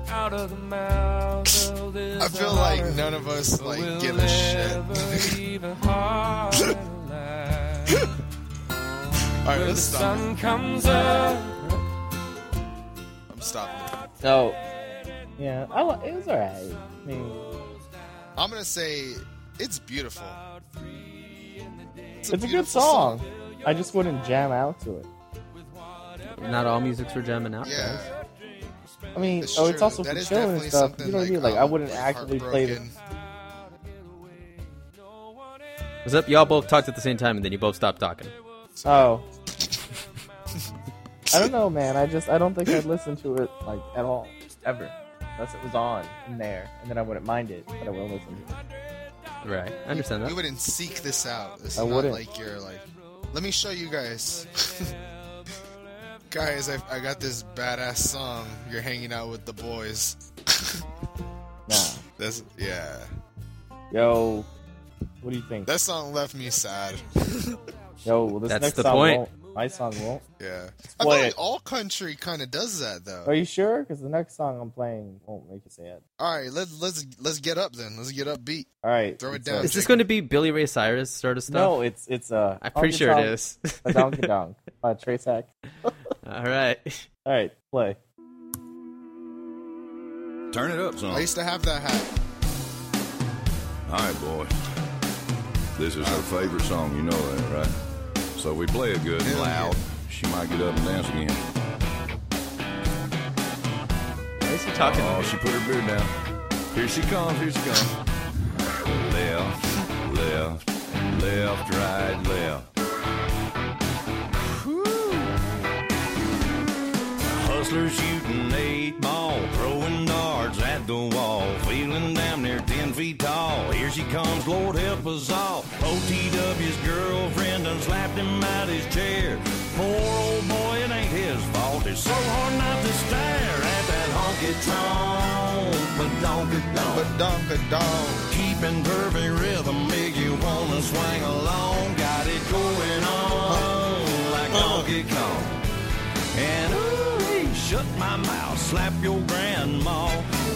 out of the mouth of this
I feel like
holler?
none of us like
We'll
give a
never
shit.
leave a heart alive.
All right,
When the
let's stop.
sun comes up.
I'm stopping.
So, yeah, I, wa- it was all right. I mean,
I'm gonna say it's beautiful.
it's a good
beautiful
song. I just wouldn't jam out to it.
Not all music's for jamming out. guys.
Yeah.
I mean,
It's
oh, it's
true.
also
That
for
is
chilling and
definitely
stuff.
something um,
You know what I mean? Like,
I'm
I wouldn't actively play it.
heartbroken.
What's up? Y'all both talked at the same time, and then you both stopped talking.
Oh. I don't know, man. I just I don't think I'd listen to it like at all, ever, unless it was on in there, and then I wouldn't mind it, but I wouldn't listen to it.
Right, I understand
You
that.
wouldn't seek this out. This is
I
not
wouldn't.
like you're like, let me show you guys. guys, I, I got this badass song. You're hanging out with the boys.
Nah.
That's yeah.
Yo, what do you think?
That song left me sad.
Yo, well, this
That's
next
the
song
point.
won't. My song won't.
Yeah. I
Play
feel like
it.
all country kind of does that though.
Are you sure? Because the next song I'm playing won't make you sad.
All right, let's let's let's get up then. Let's get up beat.
All right.
Throw it
it's,
down.
uh,
Is this going to be Billy Ray Cyrus sort of stuff?
No, it's it's uh.
I'm pretty sure it is.
A donkey donk. Uh, Trace Hack.
All right.
All right, play.
Turn it up,
I
son.
used to have that hat.
All right, boy. This is her favorite song, you know that, right? So we play it good and
Hell yeah.
loud. She might get up and dance again.
Why is he talking?
Oh, she put her beer down. Here she comes, here she comes. left, left, left, right, left. Hustler shooting eight ball, throwing darts at the wall, feeling damn near ten feet tall. Here she comes, Lord help us all. OTW's girlfriend done slapped him out his chair. Poor old boy, it ain't his fault. It's so hard not to stare at that honky tonk, but donkey donk.
But dong but dong.
Keeping perfect rhythm, make you wanna swing along. Got it going on like Donkey Kong. And ooh, hey, shut my mouth, slap your grandma.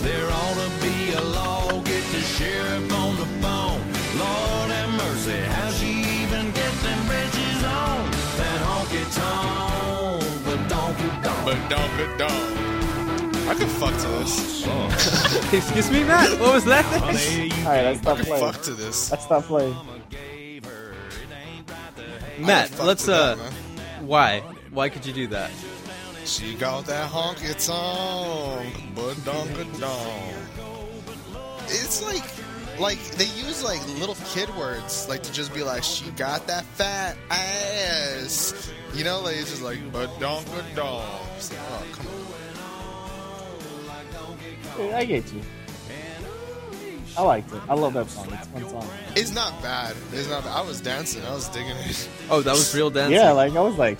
There ought to be a law, get the sheriff on the phone. Lord have mercy, how she even gets them bridges on? That honky tonk, the donkey donk.
But dong but dong. I could fuck to this.
Excuse me, Matt. What was that?
All right, I stopped
I could
playing.
fuck to this.
I stopped playing.
I could
Matt,
fuck
let's
to that,
uh,
man.
why? Why could you do that?
She got that honky tonk, but donka dong. It's like, like they use like little kid words, like to just be like, she got that fat ass. You know, like it's just like, but donka dong. It's like, oh, come on.
Dude, I get you. I liked it. I love that song. It's a fun song.
It's not bad. It's not. Bad. I was dancing. I was digging it.
Oh, that was real dancing.
Yeah, like I was like,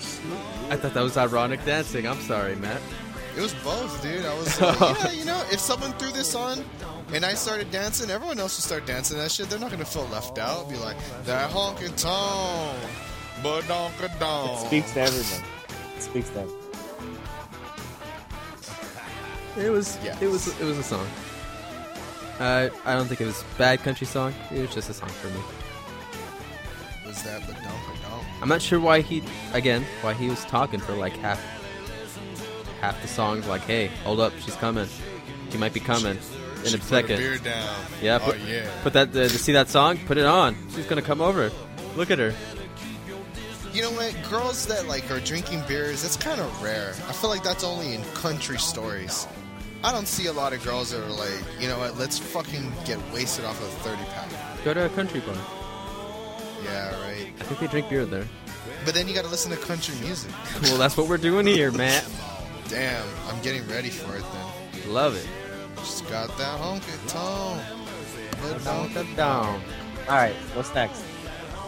I thought that was ironic dancing. I'm sorry, Matt.
It was both, dude. I was like, yeah, you know, if someone threw this on and I started dancing, everyone else would start dancing that shit. They're not gonna feel left out. Be like, that honky tonk, but donka
it
dong.
speaks to everyone. It speaks to everyone.
It was.
Yes.
It was. It was a song. Uh, I don't think it was a bad country song. It was just a song for me.
was that but dumb but dumb.
I'm not sure why he, again, why he was talking for like half, half the songs. Like, hey, hold up, she's coming. She might be coming in a
Put her
second.
beer down.
Yeah,
Oh
put,
yeah.
put that. Uh, see that song? Put it on. She's gonna come over. Look at her.
You know what? Girls that like are drinking beers, that's kind of rare. I feel like that's only in country stories. I don't see a lot of girls that are like, you know what? Let's fucking get wasted off a thirty pack.
Go to a country bar.
Yeah, right.
I think they drink beer there.
But then you got to listen to country music.
Well, that's what we're doing here, Matt.
Damn, I'm getting ready for it then.
Love it.
Just got that honky tone. But no-
Down.
All right, what's next?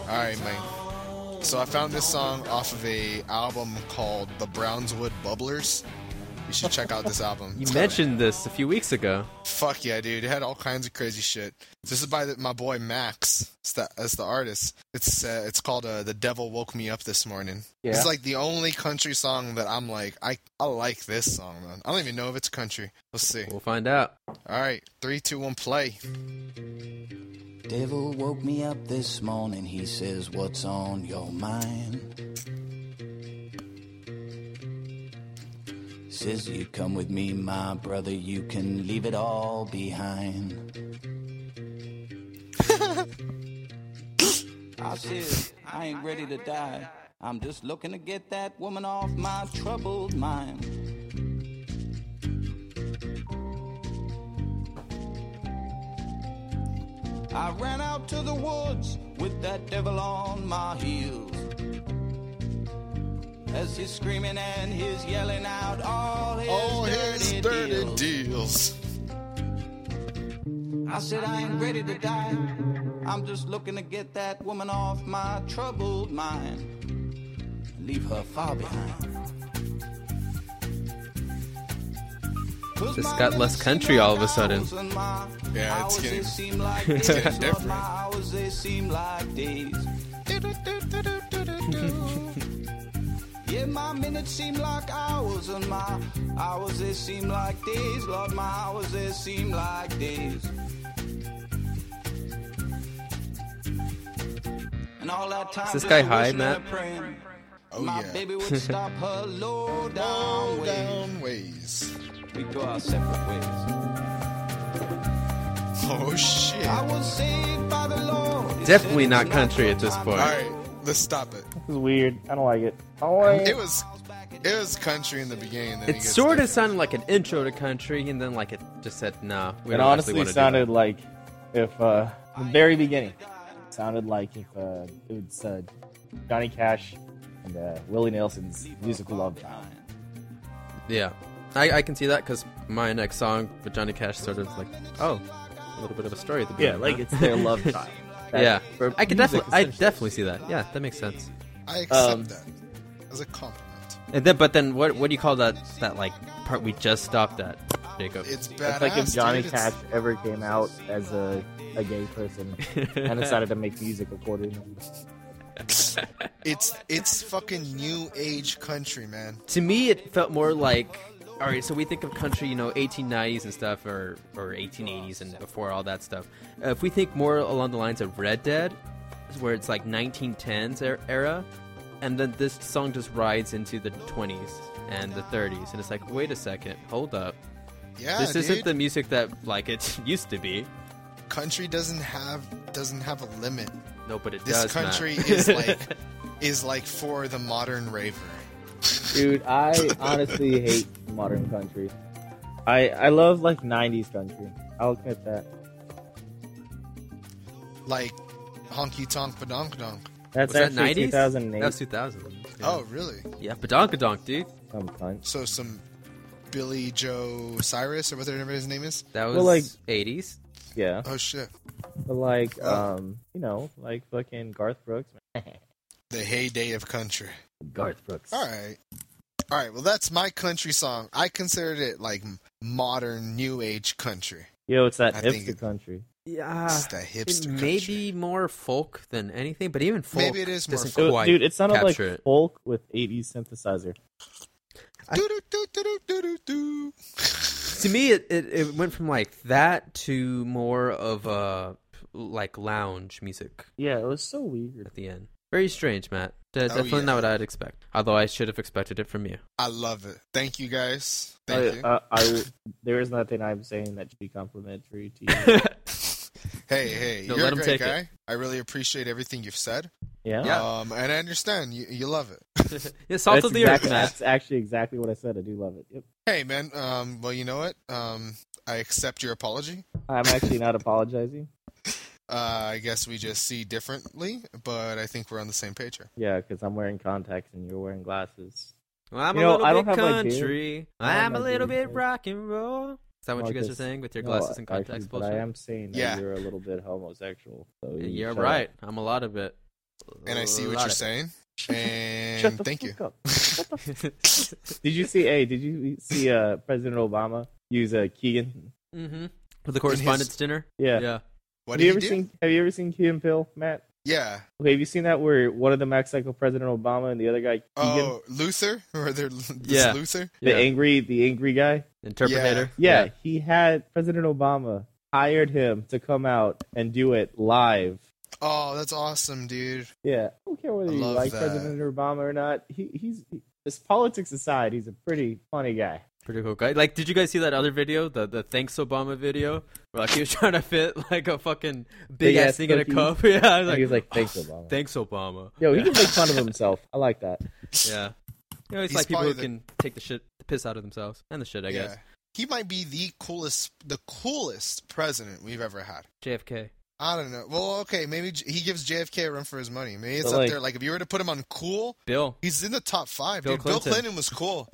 All right, man. So I found this song off of a album called The Brownswood Bubblers. You should check out this album.
You
It's got a-
mentioned this a few weeks ago.
Fuck yeah, dude! It had all kinds of crazy shit. This is by the, my boy Max. It's the, it's the artist. It's uh, it's called uh, "The Devil Woke Me Up This Morning."
Yeah.
It's like the only country song that I'm like, I I like this song, man. I don't even know if it's country. Let's see.
We'll find out.
All right, three, two, one, play.
Devil woke me up this morning. He says, What's on your mind? Says, You come with me, my brother. You can leave it all behind. I says, I ain't ready to die. I'm just looking to get that woman off my troubled mind. I ran out to the woods with that devil on my heels. As he's screaming and he's yelling out all his,
All his
dirty,
dirty
deals.
deals.
I said I ain't ready to die. I'm just looking to get that woman off my troubled mind. Leave her far behind.
This got less country all of a sudden.
Yeah, it's getting-
it's
getting different.
Hours, they seem like days. My minutes seem like hours, and my hours they seem like days. Lord, my hours they seem like days. And all that time,
this
just
guy
a
high,
wishing and
Matt?
a praying.
Oh,
my
yeah.
baby would stop her low down
Slow
way.
down ways.
We go our separate ways.
Oh shit!
I
All
was saved by the Lord. He said
Definitely
it's
not country
your
at this
time.
point.
right, let's stop it.
This is weird. I don't like it. Oh,
It was it was country in the beginning. Then
It
gets
sort of
different.
sounded like an intro to country, and then like it just said, "Nah, we
it
don't honestly
honestly
want to
sounded like if uh, the very beginning sounded like if uh, it was uh, Johnny Cash and uh, Willie Nelson's musical love child.
do that." Yeah, I, I can see that because my next song with Johnny Cash sort of like, oh, a little bit of a story at the beginning. huh?
love child.
yeah,
for
I could
music,
definitely, I
essentially.
definitely see that. Yeah, that makes sense.
I accept
um,
that as a compliment.
And then, but then, what what do you call that? That like part we just stopped at, Jacob.
It's badass.
That's like if Johnny
dude.
Cash
It's-
ever came out as a, a gay person and decided to make music accordingly.
It's it's fucking new age country, man.
to me it felt more like all right so we think of country you know 1890s and stuff or or 1880s and before all that stuff uh, if we think more along the lines of red dead where it's like 1910s er- era and then this song just rides into the 20s and the 30s and it's like wait a second hold up
Yeah,
this
Ah, dude.
isn't the music that like it used to be
country doesn't have doesn't have a limit.
no but it
This
does
country
Matt.
is like is like for the modern raver.
Dude, I honestly hate modern country. I I love like '90s country. I'll admit that.
Like honky tonk padonk donk.
That's
was that 90s
actually 2008.
that was 2000 yeah.
Oh really?
yeah badonkadonk dude
Some cunt.
So some Billy Joe Cyrus or whatever his name is?
that was
Well, like-
80s
Yeah,
Oh shit.
but like,
Oh.
um, you know, like fucking Garth Brooks.
The heyday of country.
Garth Brooks.
All right. All right. Well, that's my country song. I considered it like m- modern new age country.
Yo, it's that
I think it-
hipster country.
yeah
It's the
it
hipster country.
may be more folk than anything, but even folk
Maybe it is more
doesn't
folk.
It-
quite
dude, it sounded like
capture it.
folk with 80s synthesizer.
Do-do-do-do-do-do-do.
To me, it, it, it went from like that to more of a like lounge music
Yeah, it was so weird.
at the end. Very strange, Matt. De-
Oh,
definitely
yeah.
not what I'd expect. Although I should have expected it from you.
I love it. Thank you guys.
Oh,
I,
Thank you.
I- Uh, I will- there is nothing I'm saying that should be complimentary to you.
hey, hey,
No,
you're
let him
a great
take it.
guy. I really appreciate everything you've said.
Yeah,
Yeah.
Um, and I understand you, you love it.
yeah, salt
that's,
of the
exactly,
earth, Matt.
that's actually exactly what I said. I do love it. Yep.
Hey, man. Um, well, you know what? Um, I accept your apology.
I'm actually not apologizing.
Uh, I guess we just see differently, but I think we're on the same page here.
Yeah, because I'm wearing contacts and you're wearing glasses.
Well, I'm
You
a
know,
little
I don't
bit
have my beard.
country.
I don't
I'm a
have my
little
beard,
bit
guys.
rock and roll. Is that what you guys are
Marcus,
saying with your
no,
glasses and
actually,
contacts?
but
bullshit?
I am saying that
Yeah.
you're a little bit homosexual. So you
You're
shut up.
right. I'm a lot of it.
And I see
A
what
lot
you're
of it.
saying.
Shut
And
the
thank you.
fuck up. Shut the fuck- did you see? Hey, did you see uh, President Obama use uh, Keegan?
Mm-hmm.
hmm With the correspondence dinner.
Yeah.
yeah.
What
have
do
you
you
ever
do?
seen? Have you ever seen Key and Pill, Matt?
Yeah.
Okay, have you seen that where one of them acts like a President Obama and the other guy Keegan,
Oh, Luther? Or their, this
Yeah.
Luther?
the
yeah.
angry, the angry guy?
interpretator.
Yeah, he had President Obama hired him to come out and do it live.
Oh, that's awesome, dude.
Yeah, I don't care whether
I
you
love
like
that.
President Obama or not. He, he's he, his politics aside, he's a pretty funny guy.
Pretty cool guy. Like, did you guys see that other video, the the thanks Obama video, where like he was trying to fit like a fucking big
Big
ass
ass
thing in a
cookie.
cup? Yeah, I was
And
like,
he was
"Oh,
like, "Thanks, Obama."
thanks Obama.
Yo, he
yeah.
can make fun of himself. I like that.
yeah. You know, it's
He's
like people who
probably the-
can take the shit, the piss out of themselves and the shit. I guess
He might be the coolest, the coolest president we've ever had.
JFK. I
I don't know. Well, okay, maybe J- he gives JFK a run for his money. Maybe it's
But,
up
like-
there. Like, if you were to put him on cool,
Bill.
he's in the top five,
Bill
dude.
Clinton.
Bill Clinton was cool.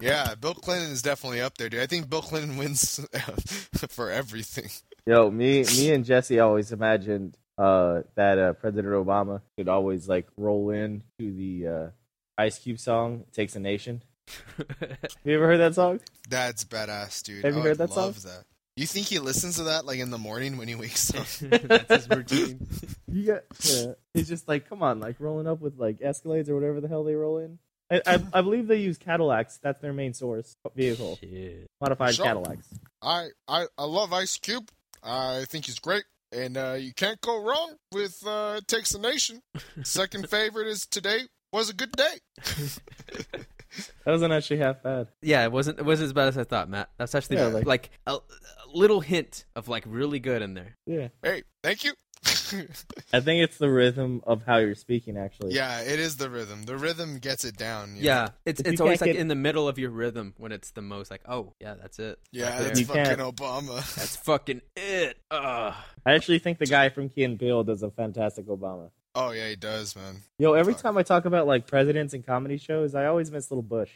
yeah, Bill Clinton is definitely up there, dude. I think Bill Clinton wins for everything.
Yo, me, me and Jesse always imagined uh, that uh, President Obama could always like roll in to the uh, Ice Cube song "It "Takes a Nation." Have you ever heard that song?
That's badass, dude.
Have you
I
heard
would
that
love that. You think he listens to that like in the morning when he wakes up?
That's his routine.
You got. Yeah. It's just like, come on, like rolling up with like Escalades or whatever the hell they roll in. I, I, I believe they use Cadillacs. That's their main source vehicle.
Shit.
Modified
Sure.
Cadillacs.
I, I I love Ice Cube. I think he's great, and uh, you can't go wrong with uh, It Takes a Nation. Second favorite is Today Was a Good Day.
That doesn't actually half bad.
Yeah, it wasn't it wasn't as bad as I thought, Matt. That's actually
Yeah,
like,
like-
a, a little hint of like really good in there.
Yeah.
Hey, thank you.
I think it's the rhythm of how you're speaking, actually.
yeah, it is the rhythm. The rhythm gets it down. you
Yeah,
know?
it's
If you
it's always
can't
like
get-
in the middle of your rhythm when it's the most like oh yeah that's it
yeah,
Right
that's
there.
You
fucking
can't-
Obama.
that's fucking it. Ugh.
I actually think the guy from Key and Bill does a fantastic Obama.
Oh yeah, he does, man.
Yo, every
Fuck.
time I talk about like presidents and comedy shows, I always miss Little Bush.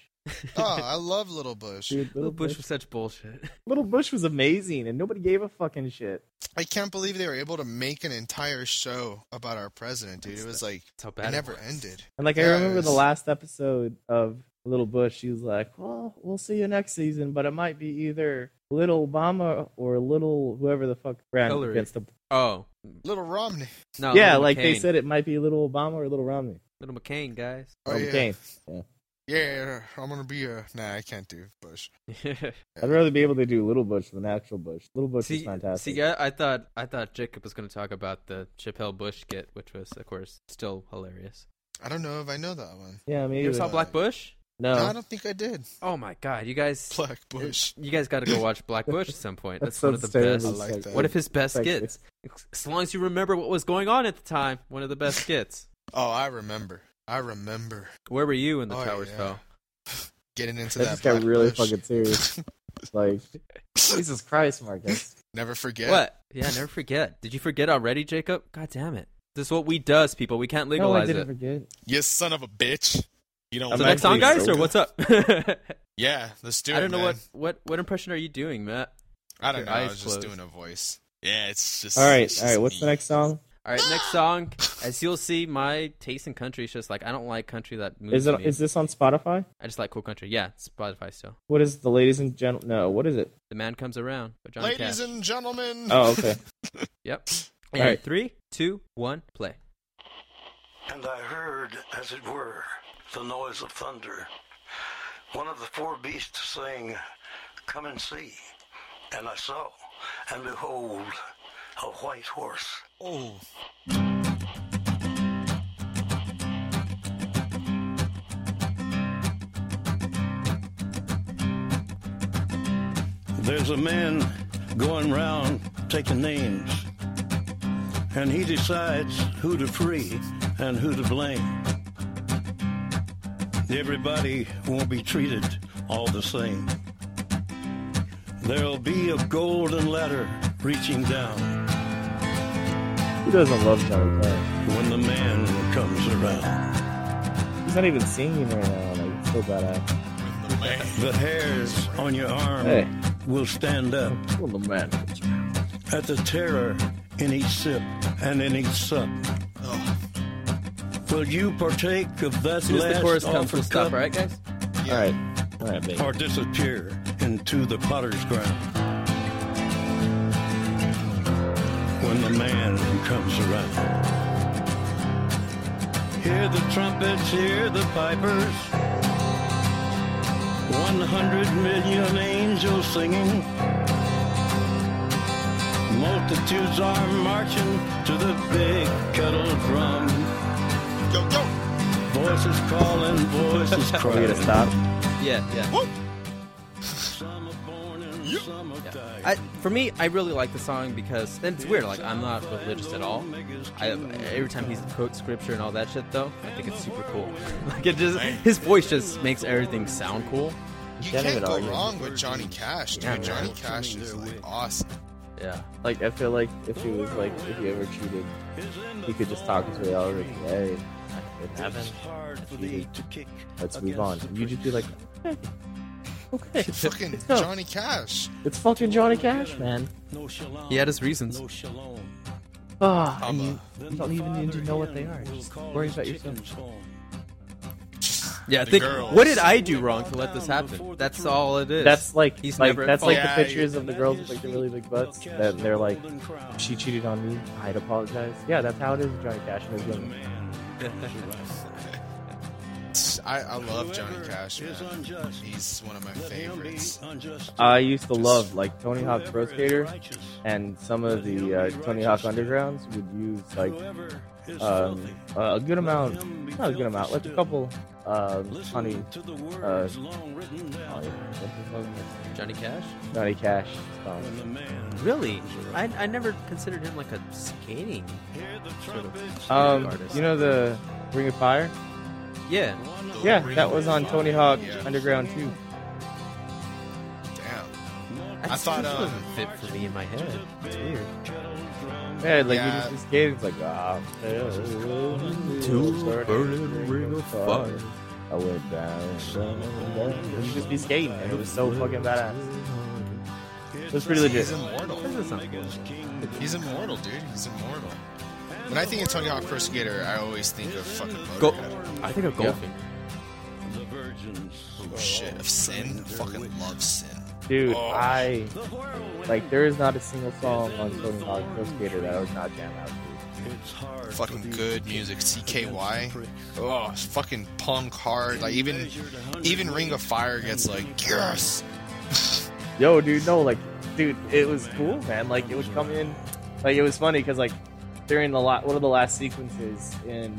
Oh, I love Little Bush.
Dude,
Little Bush was such bullshit.
Little Bush was amazing, and nobody gave a fucking shit.
I can't believe they were able to make an entire show about our president, dude. It was like
That's how bad
it never
was.
ended.
And like I
Yeah,
remember
it
the
was-
last episode of Little Bush, she was like, "Well, we'll see you next season, but it might be either Little Obama or Little whoever the fuck ran
Hillary.
against the."
Oh
Little Romney.
no.
yeah,
Little
like they
McCain.
said, it might be Little Obama or Little Romney.
Little McCain guys.
Oh
or
yeah.
McCain. Yeah.
yeah, I'm gonna be a. Nah, I can't do Bush.
I'd rather be able to do Little Bush than actual Bush. Little Bush is
see,
fantastic.
see, yeah, I thought I thought Jacob was going to talk about the Chappelle Bush skit, which was, of course, still hilarious.
I don't know if I know that one.
yeah, me
You ever
either.
saw Black Bush?
No,
No, I don't think I did.
Oh my God, you guys,
Black Bush.
you guys got to go watch Black Bush at some point.
That
That's one of the
sounds terrible.
best.
I like that.
One of his best
Thank you.
skits. As long as you remember what was going on at the time, one of the best skits.
Oh, I remember. I remember
Where were you when the
Oh,
towers
yeah.
fell?
getting into
That
that.
just got
Black
really
Bush.
fucking serious. like, Jesus Christ, Marcus.
Never forget.
What? Yeah, never forget. Did you forget already, Jacob? God damn it! This is what we does, people. We can't
No, I
legalize
didn't
it.
forget.
You son of a bitch. You don't.
I'm
So
like
next song,
actually
guys,
so
or what's up? I
Yeah, let's do it.
don't know
man.
what what what impression are you doing, Matt?
I don't
your
know. I
eyes
was just
closed.
doing a voice. Yeah, it's just.
All right,
it's
all
just
right. What's the
me.
next song?
All right, next song. As you'll see, my taste in country is just like I don't like country that moves
Is it?
me.
Is this on Spotify?
I just like cool country. Yeah, Spotify still.
What is the ladies and gentlemen? No, what is it?
The man comes around. But Johnny
Ladies
Cash.
and gentlemen.
Oh, okay.
yep.
All
And
right.
three, two, one, play.
And I heard, as it were, the noise of thunder. One of the four beasts saying, Come and see. And I saw, and behold, a white horse.
Oh.
There's a man going round taking names, and he decides who to free and who to blame. Everybody won't be treated all the same. There'll be a golden ladder reaching down
Who doesn't love Johnny Cash?
when the man comes around.
He's not even singing right now. Like, it's so badass.
The man.
The hairs on your arm
Hey.
will stand up
Well, the man.
at the terror in each sip and in each sup.
Oh,
Will you partake of that
As soon as
last
the chorus comes, we'll
offered
stop.
cup
All right, guys.
All right, all right, baby.
or disappear into the potter's ground? When the man comes around. Hear the trumpets, hear the pipers. 100 million angels singing. Multitudes are marching to the big kettle drum.
Yo, yo.
Voices calling, voices
Are we
crying.
gonna stop?
Yeah, yeah.
Some are born and some are dying.
I, for me, I really like the song because and it's weird. Like I'm not religious at all. I, every time he quotes scripture and all that shit, though, I think it's super cool. like it just his voice just makes everything sound cool.
You
Can't
can't
even
go
argue.
wrong with Johnny Cash, dude.
Yeah, man.
Johnny Cash is like awesome.
Yeah,
Like, I feel like if he was like, if he ever cheated, he could just talk to the elder. Hey, it happened. I cheated. Let's move on. And you just be like, okay, okay.
Fucking
No.
Johnny Cash.
It's fucking Johnny Cash, man.
No shalom.
he had his reasons.
No shalom.
Ah,
Oh,
I'm
and
a-
you, you don't even need to know what they are. Just worry about yourself.
Yeah, I
The
think
girls.
what did I do wrong to let this happen? That's all it is.
That's like
He's
like
never-
that's like
Yeah,
the
you-
pictures of the girls with like the really big butts that they're like, she cheated on me. I'd apologize. Yeah, that's how it is, with Johnny Cash and his women.
yeah,
Tch, I, I love Johnny
Whoever
Cash,
is
man.
unjust,
He's one of my
let him be
favorites.
unjust.
I used to love like Tony Hawk's
Whoever
Pro
is
Skater
righteous,
and some of the uh, Tony Hawk Undergrounds would use like
whoever is
um,
filthy,
a good amount, not a good amount, like a couple um,
listen
Johnny,
to the words
uh,
long written
oh,
down
yeah, what's his name?
Johnny Cash?
Johnny Cash songs.
when the man
Really? I, I never considered him like a skating.
hear the trumpets
Um,
artist.
you know the Ring of Fire?
Yeah.
Yeah, that was on Tony Hawk Underground 2.
Damn.
I,
thought,
this
um,
doesn't fit for me in my head. It's weird.
Yeah, like
Yeah.
when you just skated, it's like ah. Two burning ring of fire. I went down. You just be skating. and It was so fucking badass. It was pretty
He's
legit.
immortal.
This is not cool.
He's immortal, dude. He's immortal. When I think of Tony Hawk Pro Skater, I always think of fucking
Go-
Motorhead.
I think of golfing.
the virgins
Oh, shit. Of Sin. Fucking love Sin.
Dude,
Oh.
I
the whirlwind
like. There is not a single song on Tony Hawk Pro Skater that I would not jam out to.
it's hard
Fucking good music. CKY. Oh, it's fucking punk hard. Like even even Ring of Fire gets like yes.
Yo, dude, no, like, dude, it was cool, man. Like, it would come in, like, it was funny because, like, during the lot, one of the last sequences in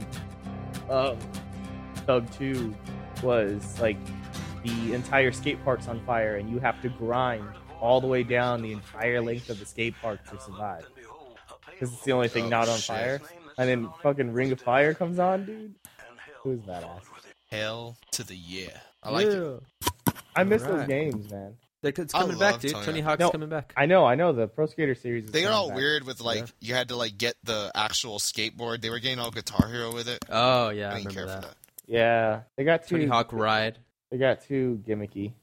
um, Thug Two was like the entire skate park's on fire, and you have to grind all the way down the entire length of the skate park to survive because it's the only thing not on fire. And then fucking Ring of Fire comes on, dude. It was badass.
Hell to the yeah. I like it.
I miss those
Right.
games, man.
They're- It's
I
coming back,
love
dude.
Tony
Tony,
Hawk.
Hawk's
No.
coming back.
I know, I know. The Pro Skater series. Is
They got
coming
all
back.
weird with like
Yeah.
you had to like get the actual skateboard. They were getting all Guitar Hero with it.
Oh yeah, I,
I didn't
remember that.
care for that.
Yeah, they got two.
Tony Hawk Ride.
They got too gimmicky,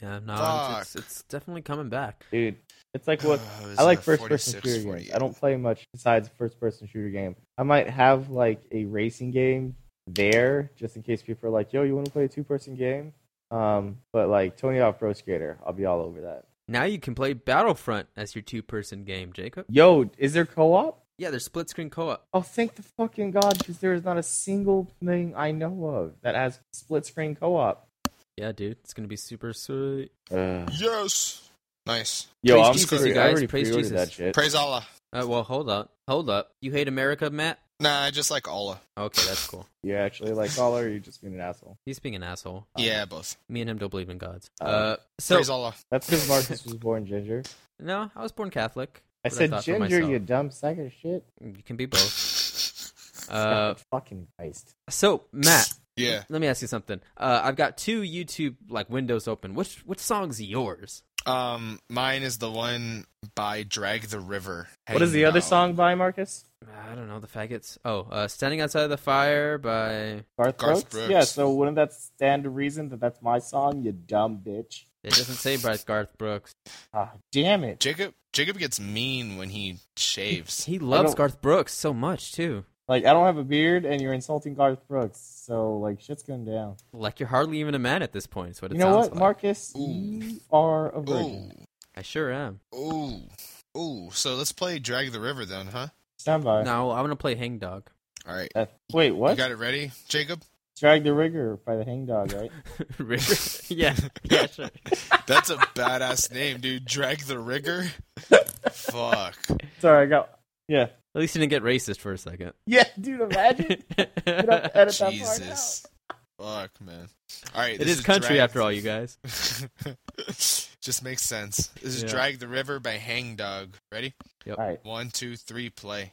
Yeah, no, it's, it's,
Fuck.
it's definitely coming back.
dude. It's like what
It was
I like
a
first person
46,
shooter games.
48.
I don't play much besides first person shooter game. I might have like a racing game there just in case people are like, "Yo, you want to play a two person game?" Um, but like Tony Hawk Pro Skater, I'll be all over that.
Now you can play Battlefront as your two-person game, Jacob.
Yo, is there co op?
Yeah, there's split-screen co-op.
Oh, thank the fucking god, because there is not a single thing I know of that has split screen co op.
Yeah, dude, it's gonna be super sweet.
Yes. Nice.
yo,
Praise
I'm
Jesus,
sorry,
you
I
guys.
already
Praise
pre-ordered
Jesus.
that shit.
Praise Allah.
Uh, well, hold up, hold up. You hate America, Matt?
Nah, I just like Allah.
Okay, that's cool.
you actually like caller, or you just being an asshole.
He's being an asshole.
Yeah, both.
Me and him don't believe in gods.
Uh,
Uh, so
Praise Allah.
That's because Marcus was born ginger.
no, I was born Catholic.
I
but
said
thought for
ginger,
myself,
you dumb sack of shit.
you can be both. Uh,
fucking Christ.
so Matt,
Yeah.
let me ask you something. Uh, I've got two YouTube like windows open. Which which song's yours?
Um, mine is the one by Drag the River.
What is the other
Hanging out.
song by Marcus?
I don't know the faggots. Oh, uh, standing outside of the fire by.
Garth
Garth, Brooks?
Brooks.
Yeah, so wouldn't that stand to reason that that's my song, you dumb bitch?
It doesn't say by Garth Brooks.
Ah, damn it.
Jacob Jacob gets mean when he shaves.
He loves
don't-
Garth Brooks so much too.
Like, I don't have a beard and you're insulting Garth Brooks, so, like, shit's going down.
Like you're hardly even a man at this point. Is what it
you know
sounds
what,
like.
Marcus?
Ooh.
You are a virgin.
Ooh.
I sure am.
Ooh. Ooh. So let's play Drag the River then, huh?
Stand by.
No, I want to play Hang Dog.
All right.
Uh, wait,
You
what?
got it ready, Jacob?
Drag the Rigger by the Hang Dog, right?
River. yeah, yeah, sure.
That's a badass name, dude. Drag the Rigger? Fuck.
Sorry, I got. Yeah.
At least you didn't get racist for a second.
Yeah, dude, imagine. You'd have to edit that part out.
Jesus. Fuck, man. All right.
it is country after all, you guys.
Just makes sense. This is
Yeah.
Drag the River by Hang Dog. Ready?
All right.
One, two, three, play.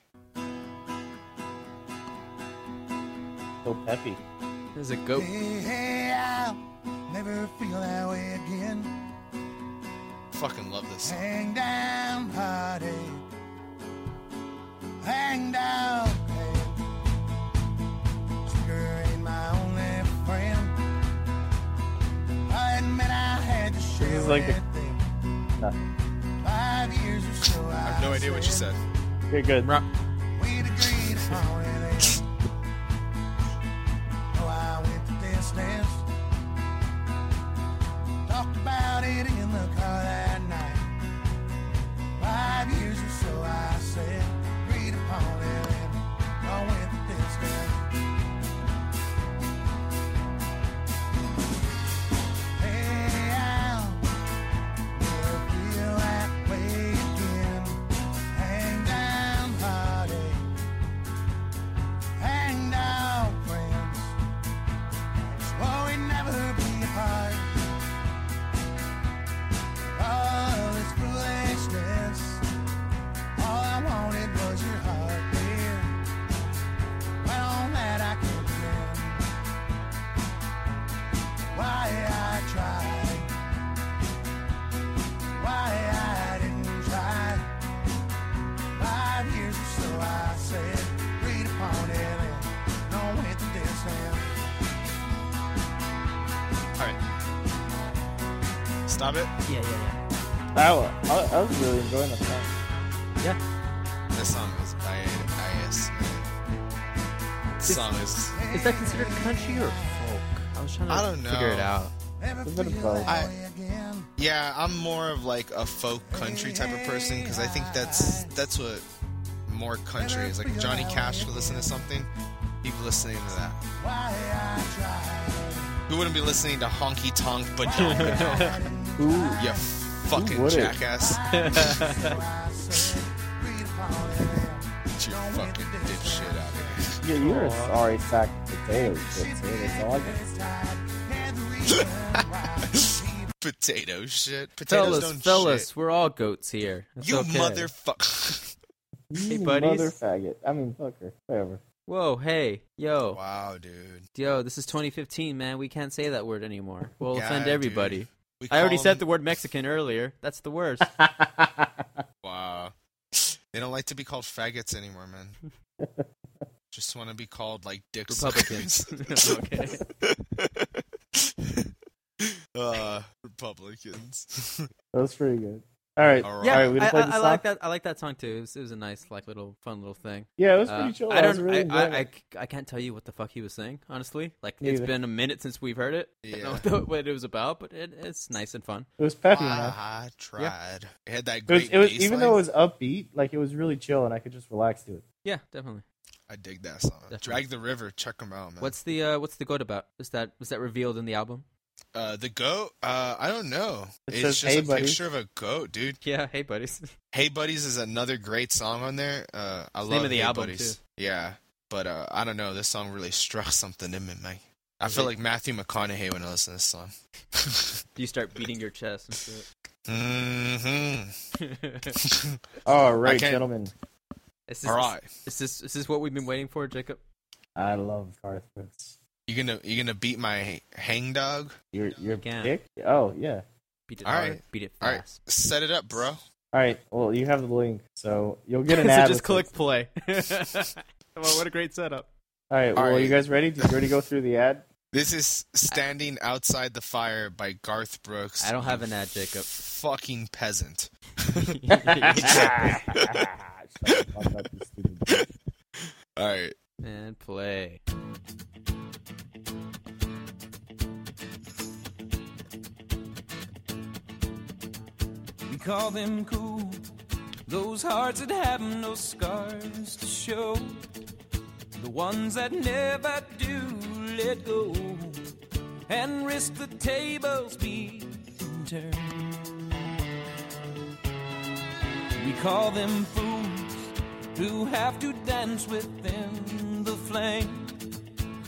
So peppy.
There's a goat.
Hey, hey, I'll never feel that way again.
Fucking love this. song.
Hang down, party. Hang down, babe. Sugar ain't my only friend. I admit I had to share
is like the-
everything.
Nothing.
Five years or so
I have no idea what you said.
You're good.
We'd agreed on it. Oh, I went to distance. Talked about it in the car that night. Five years or so, I said, agreed upon it. and I went the distance.
I said, read upon it and know it to this hand.
All right. Stop it.
Yeah, yeah,
Wow, I, I was really enjoying the song.
This song is by IS. This song is.
yeah. Is that considered country or folk? I was trying to
I don't know.
figure it out.
Never
It's been a
feel
problem.
that way again.
Yeah, I'm more of like a folk country type of person because I think that's that's what more country is. Like if Johnny Cash could listen to something, he'd be listening to that.
Why I tried.
We wouldn't be listening to honky tonk, but you fucking
wouldn't?
jackass,
I said, read upon it and
Get your fucking dipshit out of
Yeah, you're a sorry sack of potatoes. That's That's all I can
it's tied. Had the reason why.
here. Potato shit. Potatoes
Fellas,
don't
fellas,
shit.
we're all goats here. It's
You
okay.
motherfucker.
Hey,
You
buddies.
Mother faggot. I mean, fucker. Whatever.
Whoa, hey, yo,
wow, dude.
yo, this is 2015, man. We can't say that word anymore. We'll
Yeah,
offend
dude.
everybody.
We
I already
call
said the
them-
word Mexican earlier. That's the worst.
Wow. They don't like to be called faggots anymore, man. Just want to be called like dick
Republicans.
suckers.
Okay.
uh, Republicans.
That was pretty good. All right.
All right.
yeah,
Alright,
I,
we done played
I-
the
I like
song?
that. I like that song too. It was, it was a nice, like, little fun little thing.
Yeah, it was
Uh,
pretty chill.
I
was
don't. I,
really
I,
enjoying
I
it.
c- I can't tell you what the fuck he was saying. Honestly, like
Me
it's
either.
been a minute since we've heard it. I
Yeah.
don't know what it was about, but it, it's nice and fun.
It was peppy, man.
I tried. It had that
It was,
great.
it was
bass line.
even though it was upbeat, like it was really chill, and I could just relax to it.
Yeah, definitely.
I dig that song.
Definitely.
Drag the River. Check them out, man.
What's the uh, What's the goat about? Is that Was that revealed in the album?
uh, the goat? Uh, I don't know.
It
it's
says,
just
"Hey,
a
buddy."
picture of a goat, dude.
Yeah. Hey, buddies.
Hey Buddies is another great song on there. Uh, I
It's the
love
name of the
hey
album,
Buddies. Yeah, but uh, I don't know. This song really struck something in me, man. I feel like Matthew McConaughey when I listen to this song.
you start beating your chest. And shit.
mm-hmm.
All right,
can't-
gentlemen.
Is this,
All right,
Is this Is this what we've been waiting for, Jacob?
I love Garth Brooks.
you gonna you gonna beat my hang dog?
You're you're
Again.
dick. Oh yeah.
Beat it
All
hard.
right.
Beat it
All right.
fast.
Set it up, bro.
All right. Well, you have the link, so you'll get an
so
ad.
just click
with it.
play. well, what a great setup.
All right. Well,
All
are
right.
you guys ready? Did you already go through the ad?
This is standing outside the fire by Garth Brooks.
I don't have an ad, Jacob.
Fucking peasant.
Shut the fuck up, you stupid bitch.
All right.
and play.
We call them cool. Those hearts that have no scars to show. The ones that never do let go and risk the tables being turned. We call them fools who have to dance within the flame,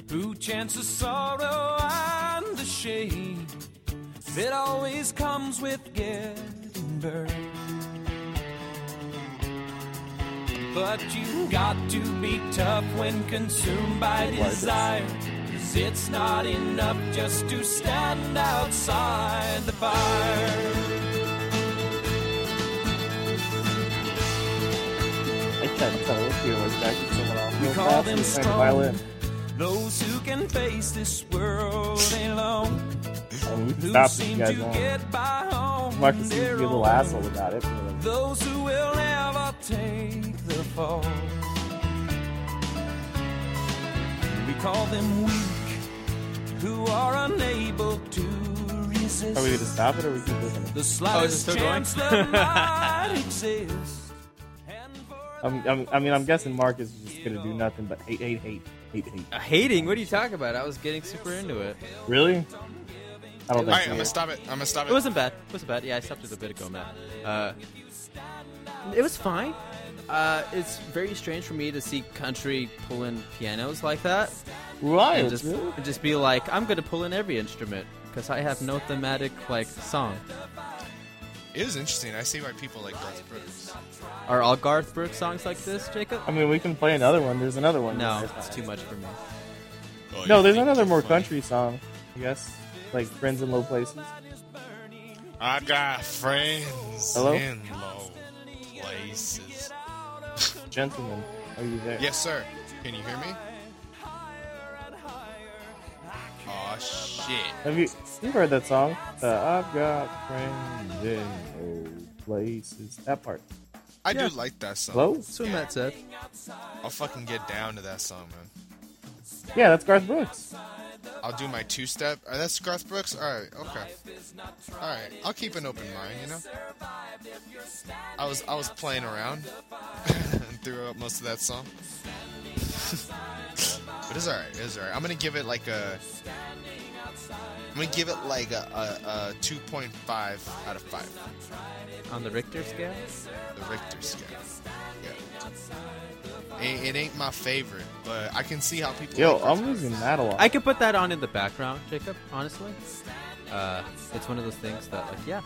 who chance the sorrow and the shame that always comes with getting burned. But you got to be tough when consumed by desire. 'Cause it's not enough just to stand outside the fire.
I can't tell if you were jacking someone off.
We
real
call
fast and
them
playing
strong.
Violin.
Those who can face this world alone,
Oh, we can
who
stop if you
seem
guys
to
want.
get by on
Marcus seems to be a
their
little
own.
asshole about it. but, like,
those who will never take the fall. We call them weak, who are unable to resist
Are we gonna stop it or we keep listening?
the
Oh, it
slightest
still going?
chance that might exist. And for
I'm, I'm, I mean, I'm guessing Mark is just gonna do nothing but hate, hate, hate, hate, hate.
Hating? What are you talking about? I was getting super into it.
Really? I
All
don't
right. I'm
think
gonna
so.
stop it. I'm gonna stop
It
it.
wasn't bad. It wasn't bad. Yeah, I stopped it a bit ago, Matt. Uh, it was fine. Uh, it's very strange for me to see country pulling pianos like that
Right.
and just and just be like, I'm gonna pull in every instrument because I have no thematic like song.
It was interesting. I see why people like Garth Brooks.
Are all Garth Brooks songs like this, Jacob?
I mean, we can play another one. There's another one.
No,
There's
it's
not.
too much for me.
Oh,
No,
you
there's
think
another
you're
more
funny.
country song. I guess, like friends in low places.
I got friends
Hello?
in low places.
gentleman, are you there?
Yes, sir. Can you hear me? Oh shit.
Have you you heard that song? The I've got friends in old places. That part.
I
Yeah.
do like that song.
Hello?
So Matt said,
I'll fucking get down to that song, man.
Yeah, that's Garth Brooks.
I'll do my two step. Uh, that's Garth Brooks? Alright, okay. Alright. I'll keep an open mind, you know? I was I was playing around and threw up most of that song. but it's alright, it's alright. I'm gonna give it like a I'm gonna give it like a, a, a 2.5 out of 5.
on the Richter scale,
the Richter scale. Yeah. It, it ain't my favorite, but I can see how people.
Yo,
like Garth
I'm
Brooks.
losing that a lot.
I could put that on in the background, Jacob. Honestly, uh, it's one of those things that, like, yeah,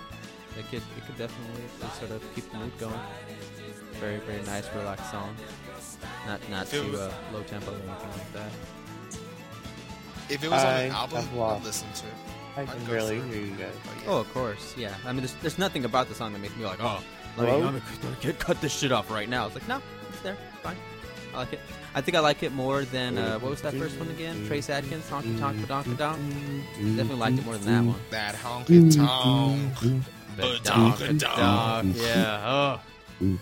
it could it could definitely sort of keep the mood going. Very very nice, relaxed song. Not not
If it
too
was-
uh, low tempo or anything like that.
If it was on an
I
album,
have
I'd
lost.
listen to it.
I
I'd
can
go
barely
through it.
hear you guys.
But yeah.
Oh, of course, yeah. I mean, there's, there's nothing about the song that makes me like, oh, let me,
Hello?
let me cut- cut, cut this shit off right now. It's like, no, it's there, fine. I like it. I think I like it more than uh, what was that first one again? Trace Adkins, Honky Tonk Badonka Donk. Definitely liked it more than that one.
that honky tonk. Badonka donk.
Badonka-donk, Yeah. oh.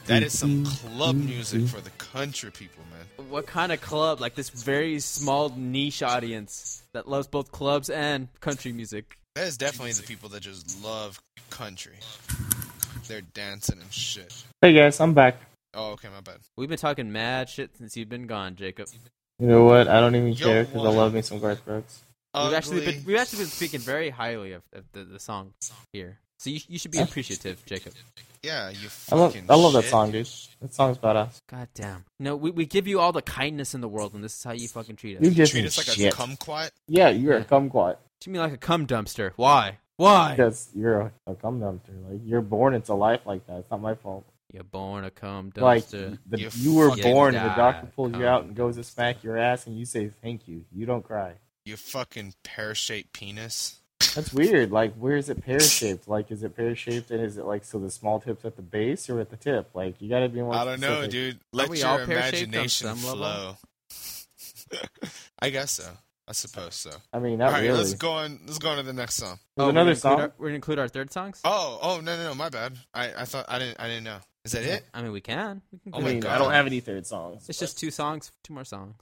That is some club music for the country people, man.
Oh. What kind of club? Like this very small niche audience that loves both clubs and country music.
That is definitely the people that just love country. They're dancing and shit.
Hey guys, I'm back.
Oh, okay, my bad.
We've been talking mad shit since you've been gone, Jacob.
You know what? I don't even
Yo,
care because I
what?
love me some Garth Brooks.
We've actually been
Ugly.
we've actually been speaking very highly of, of the, the song here, so you, you should be appreciative, Jacob.
Yeah, you
I love
fucking
I love that
shit.
song, dude. That song's badass.
God damn! No, we, we give you all the kindness in the world, and this is how you fucking treat us.
You just
Treat us like
shit.
a kumquat.
Yeah, you're a kumquat.
treat me like a cum dumpster. Why? Why?
Because you're a, a cum dumpster. Like you're born into life like that. It's not my fault.
You're born a cum
like
dumpster.
the,
You
you, were
fucking
born, and
die,
the doctor pulls
cum
you out and goes to smack your ass, and you say thank you. You don't cry.
You fucking pear shaped penis.
That's weird. Like, where is it pear shaped? Like, is it pear shaped, and is it like so the small tip's at the base or at the tip? Like, you got to be more.
I don't know,
specific.
dude. Let
we
your
all pear-shaped on
imagination
some
flow.
level?
I guess so. I suppose so.
I mean, not
All right,
really.
let's go on. Let's go on to the next song.
There's
Oh, we're gonna
another
include
song.
Our, we're gonna include our third songs.
Oh, oh no, no, no. My bad. I, I thought I didn't. I didn't know. Is that it?
I mean, we can. We can
Oh
I
do
my
it.
mean,
God.
I don't have any third songs.
It's just two songs, two more songs.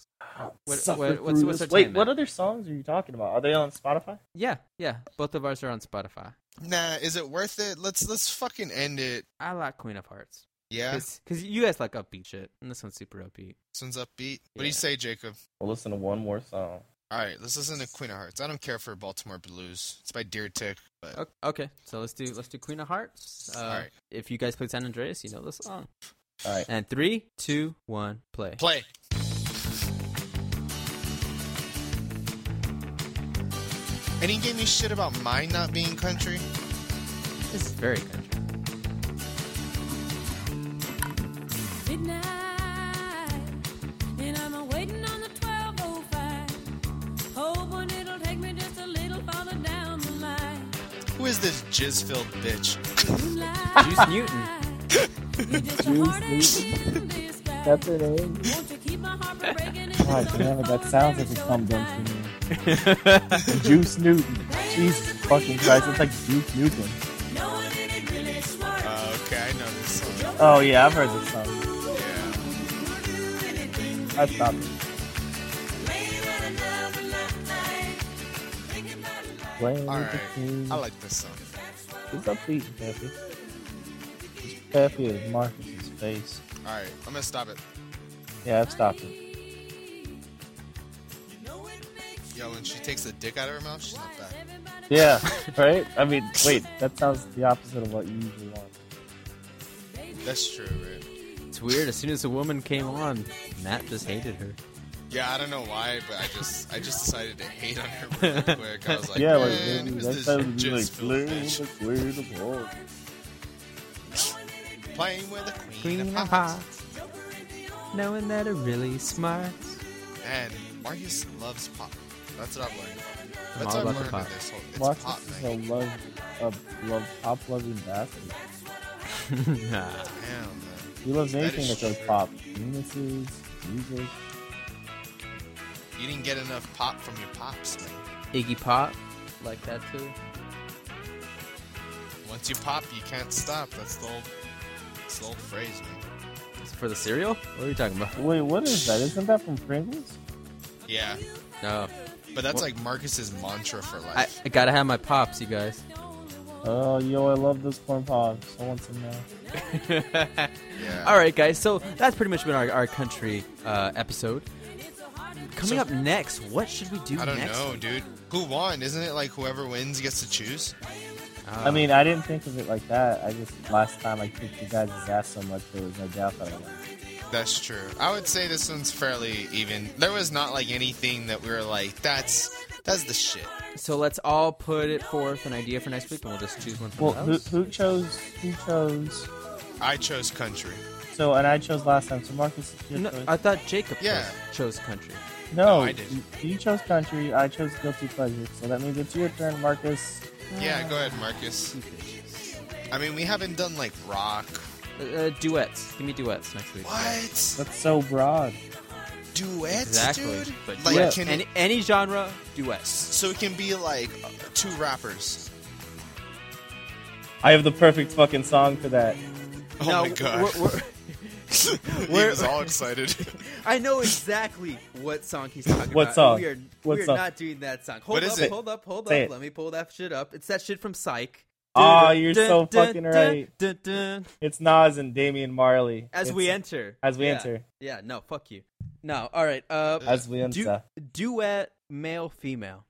What-
Suffer
what-
through
what's- what's
this.
our
Wait,
time
what
then?
other songs are you talking about? Are they on Spotify?
Yeah, yeah. Both of ours are on Spotify.
Nah. Is it worth it? Let's let's fucking end it.
I like Queen of Hearts
Yeah. This
because you guys like upbeat shit, and this one's super upbeat.
one's upbeat. What do you
Yeah.
say, Jacob?
We'll listen to one more song.
All right, let's listen to Queen of Hearts. I don't care for Baltimore Blues. It's by Deer Tick, but
O- Okay, so let's do let's do Queen of Hearts. Uh,
Alright.
If you guys played San Andreas, you know the song.
All right.
And three, two, one, play.
play. And he gave me shit about mine not being country.
This is very country.
midnight, and I'm waiting on the 1205. Hoping it'll take me just a little farther down the line.
Who is this jizz-filled bitch?
Moonlight,
Juice Newton.
you're just a heartache in disguise.
That's her name.
Won't you keep my heart from breaking?
God damn it, that sounds like a cum dumpster. name. Juice Newton. Jesus fucking Christ, it's like Juice Newton.
Uh, okay, I know this song.
Oh yeah, I've heard this song.
Yeah.
I stopped. it. Playing
All
with
right,
the king.
I like this song.
It's upbeat, Peppy. It's Peppy as Marcus's face.
All right, I'm gonna stop it.
Yeah, I've stopped it.
Yo, when she takes the dick out of her mouth, she's not bad.
Yeah, right? I mean, wait, that sounds the opposite of what you usually want.
That's true, right?
It's weird. As soon as the woman came on, Matt just hated her.
Yeah, I don't know why, but I just I just decided to hate on her real quick. I was like,
yeah, like,
man,
maybe
who's
next
this
time we'll be like,
jizz-filled
playing
bitch?
with the queen of hearts.
Playing with the queen,
Queen
of
of
hearts.
Hearts. Knowing that it really smart.
And Marcus loves pop. That's what I've learned.
I'm
That's
all about
what I've
the
learned
pop.
in this whole. It's
Marcus
pop,
is
man.
a love, a love, pop loving bastard.
Damn, man.
He loves
That
anything
is
that goes
true.
pop. Penises, music.
You didn't get enough pop from your pops, man.
Iggy Pop, like that too.
Once you pop, you can't stop. That's the old, that's the old phrase, man.
For the cereal? What are you talking about?
Wait, what is that? Isn't that from Pringles?
Yeah,
No,
but that's
What?
like Marcus's mantra for
I,
life.
I gotta have my pops, you guys.
Oh, yo, I love those corn pops. I want some now.
yeah.
All right, guys. So that's pretty much been our, our country uh, episode. Coming
So-
up next, what should we do
I don't
next?
know,
week?
dude. Who won? Isn't it like whoever wins gets to choose? Ah.
I mean, I didn't think of it like that. I just last time I kicked you guys' ass so much, there was no doubt that I won.
That's true. I would say this one's fairly even. There was not like anything that we were like, that's that's the shit.
So let's all put it forth an idea for next week, and we'll just choose one from
Well, who,
those.
who chose? Who chose?
I chose country.
So, and I chose last time. So Marcus, it's your
No,
choice.
I thought Jacob
Yeah.
chose, chose country.
no,
no, I didn't.
you chose country. I chose guilty pleasure. So that means it's your turn, Marcus.
Yeah, go ahead, Marcus. I mean, we haven't done like rock.
Uh, uh, duets. Give me duets next week.
What?
That's so broad.
Duets,
Exactly.
dude?
But
like,
duets.
can,
any, any genre, duets.
so it can be like uh, two rappers.
I have the perfect fucking song for that.
Oh
No,
my god.
we're- we're-
he
we're-
was all excited.
I know exactly what song he's talking
What
about.
song?
We are,
What
we are
song?
not doing that song. Hold
What
up,
is it?
hold up, hold
Say
up.
it.
Let me pull that shit up. It's that shit from Psych.
Aw, Ah, you're so fucking right.
dun, dun.
It's Nas and Damian Marley.
As
It's-
we enter.
as we
Yeah.
enter.
Yeah, no, fuck you. No, all right. Uh,
As we
du-
enter.
duet, male, female.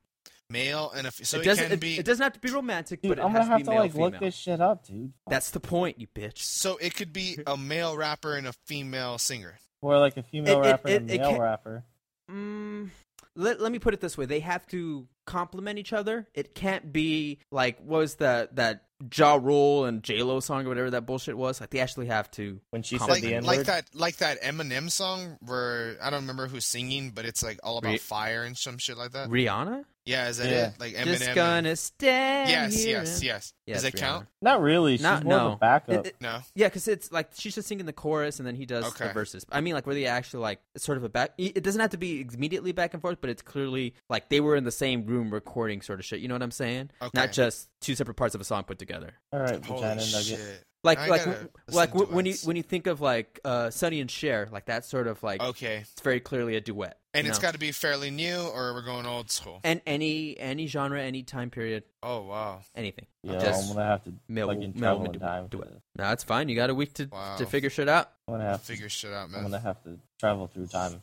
Male and a f- so
it
it,
doesn't.
can
it,
be.
it doesn't have to be romantic,
Dude,
but it
I'm
has
gonna have
be
to
male,
like
female.
look this shit up, dude.
That's the point, you bitch.
so it could be a male rapper and a female singer.
Or like a female
It- it-
rapper and
it-
a
it
male
can't-
rapper.
Mm, let, let me put it this way: they have to complement each other. It can't be like what was that that Ja Rule and J Lo song or whatever that bullshit was. Like they actually have to.
When she said
Like-
the N
like
word.
that like that Eminem song where I don't remember who's singing, but it's like all about
Re-
fire and some shit like that.
Rihanna
yeah, is that
Yeah.
it? Like
just
Eminem.
gonna stand
yes,
here
yes,
and-
yes.
Yeah,
Does that
it's Rihanna.
count?
Not really. She's
Not
more
no
of a backup.
It- it-
No.
yeah, because it's like she's just singing the chorus and then he does the
Okay.
verses. I mean, like where they actually like it's sort of a back. It doesn't have to be immediately back and forth, but it's clearly like they were in the same room recording, sort of shit. You know what I'm saying?
Okay.
Not just two separate parts of a song put together.
All right,
Holy
vagina nugget.
shit.
like
I
like
gotta
w-
listen
like
to
w- when you
duets.
when you think of like uh Sonny and Cher, like that sort of like
Okay.
it's very clearly a duet.
And
you
it's
know?
got to be fairly new, or we're going old school.
and any any genre, any time period,
Oh wow!
anything.
Yeah,
Just
I'm gonna have to
male,
like in
male
trouble in
du-
time. for
duet.
this.
No, it's fine. You got a week to
Wow.
to figure shit out.
I'm gonna have
Figure shit out,
I'm
man.
gonna have to travel through time.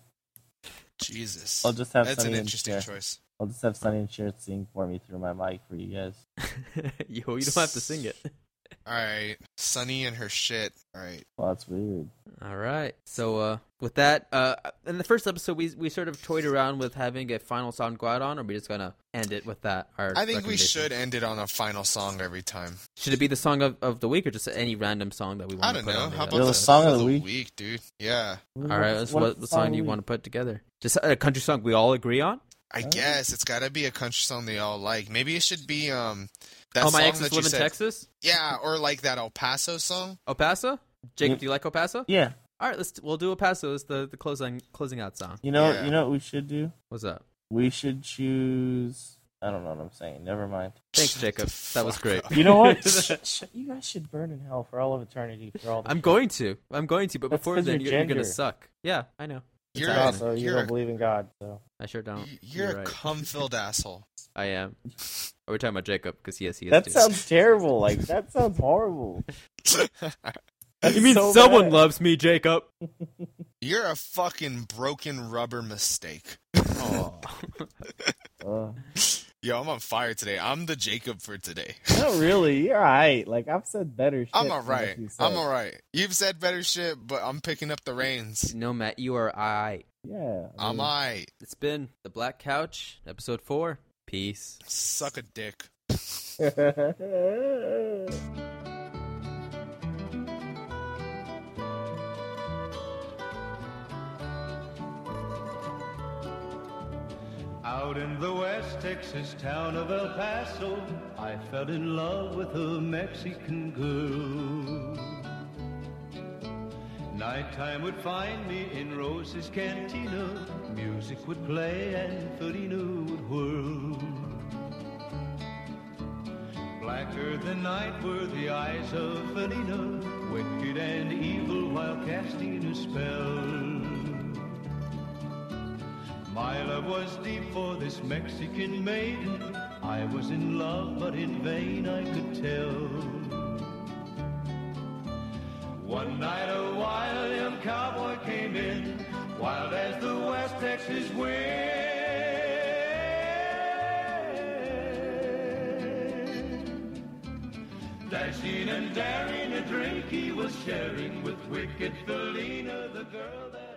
Jesus.
I'll just have
That's an
Sonny and
interesting
Cher.
choice.
I'll just have Sunny and Cher sing for me through my mic for you guys.
Yo, you don't have to sing it.
All right, Sunny and her shit. All right.
Well, that's weird.
All right. So uh, with that, uh, in the first episode, we we sort of toyed around with having a final song go out on, or are we just gonna end it with that? Our
I think we
recommendation?
should end it on a final song every time.
Should it be the song of, of the week, or just any random song that we want
I
to
don't
put
know.
on? the-
How
uh,
about
Yo,
the,
the song of the
week?
week?
dude? Yeah,
All right, what, what, song do you want to put together? Just a country song we all agree on.
I guess it's got to be a country song they all like. Maybe it should be um that
oh, my
song
exes
that you
live in
said.
Texas.
Yeah, or like that El Paso song.
El Paso. Jacob, do you like El Paso?
Yeah,
All right, let's we'll do El Paso as the the closing closing out song.
you know,
Yeah.
you know what we should do.
What's up?
We should choose. I don't know what I'm saying. Never mind.
Thanks, Jacob. That was great.
You know what? Sh- you guys should burn in hell for all of eternity for all. The
I'm going to. I'm going to. But
That's
before
'cause
then,
you're
you're, you're gonna
ginger.
suck. Yeah, I know.
You're a,
Also, you
you're
don't
a,
believe in God, so
I sure don't.
you're a
right.
cum-filled asshole.
I am. Are we talking about Jacob? Because yes, he is.
that
too.
sounds terrible. Like that sounds horrible.
You mean
so
someone
bad.
loves me, Jacob?
You're a fucking broken rubber mistake.
Oh.
Uh,
Yo, I'm on fire today. I'm the Jacob for today.
no, really, you're alright. Like I've said better. Shit
I'm
than what
alright.
you said.
I'm alright. You've said better shit, but I'm picking up the reins.
no, Matt, you are I.
Yeah. I
I'm
mean,
alright.
It's been the Black Couch, episode four. Peace.
Suck a dick.
Out in the West Texas town of El Paso, I fell in love with a Mexican girl.
Nighttime would find me in Rose's cantina. Music would play and Felina would whirl. Blacker than night were the eyes of Felina, wicked and evil while casting a spell. My love was deep for this Mexican maiden. I was in love, but in vain I could tell. One night a wild young cowboy came in, wild as the West Texas wind. Dashing and daring, a drink he was sharing with wicked Felina, the girl that.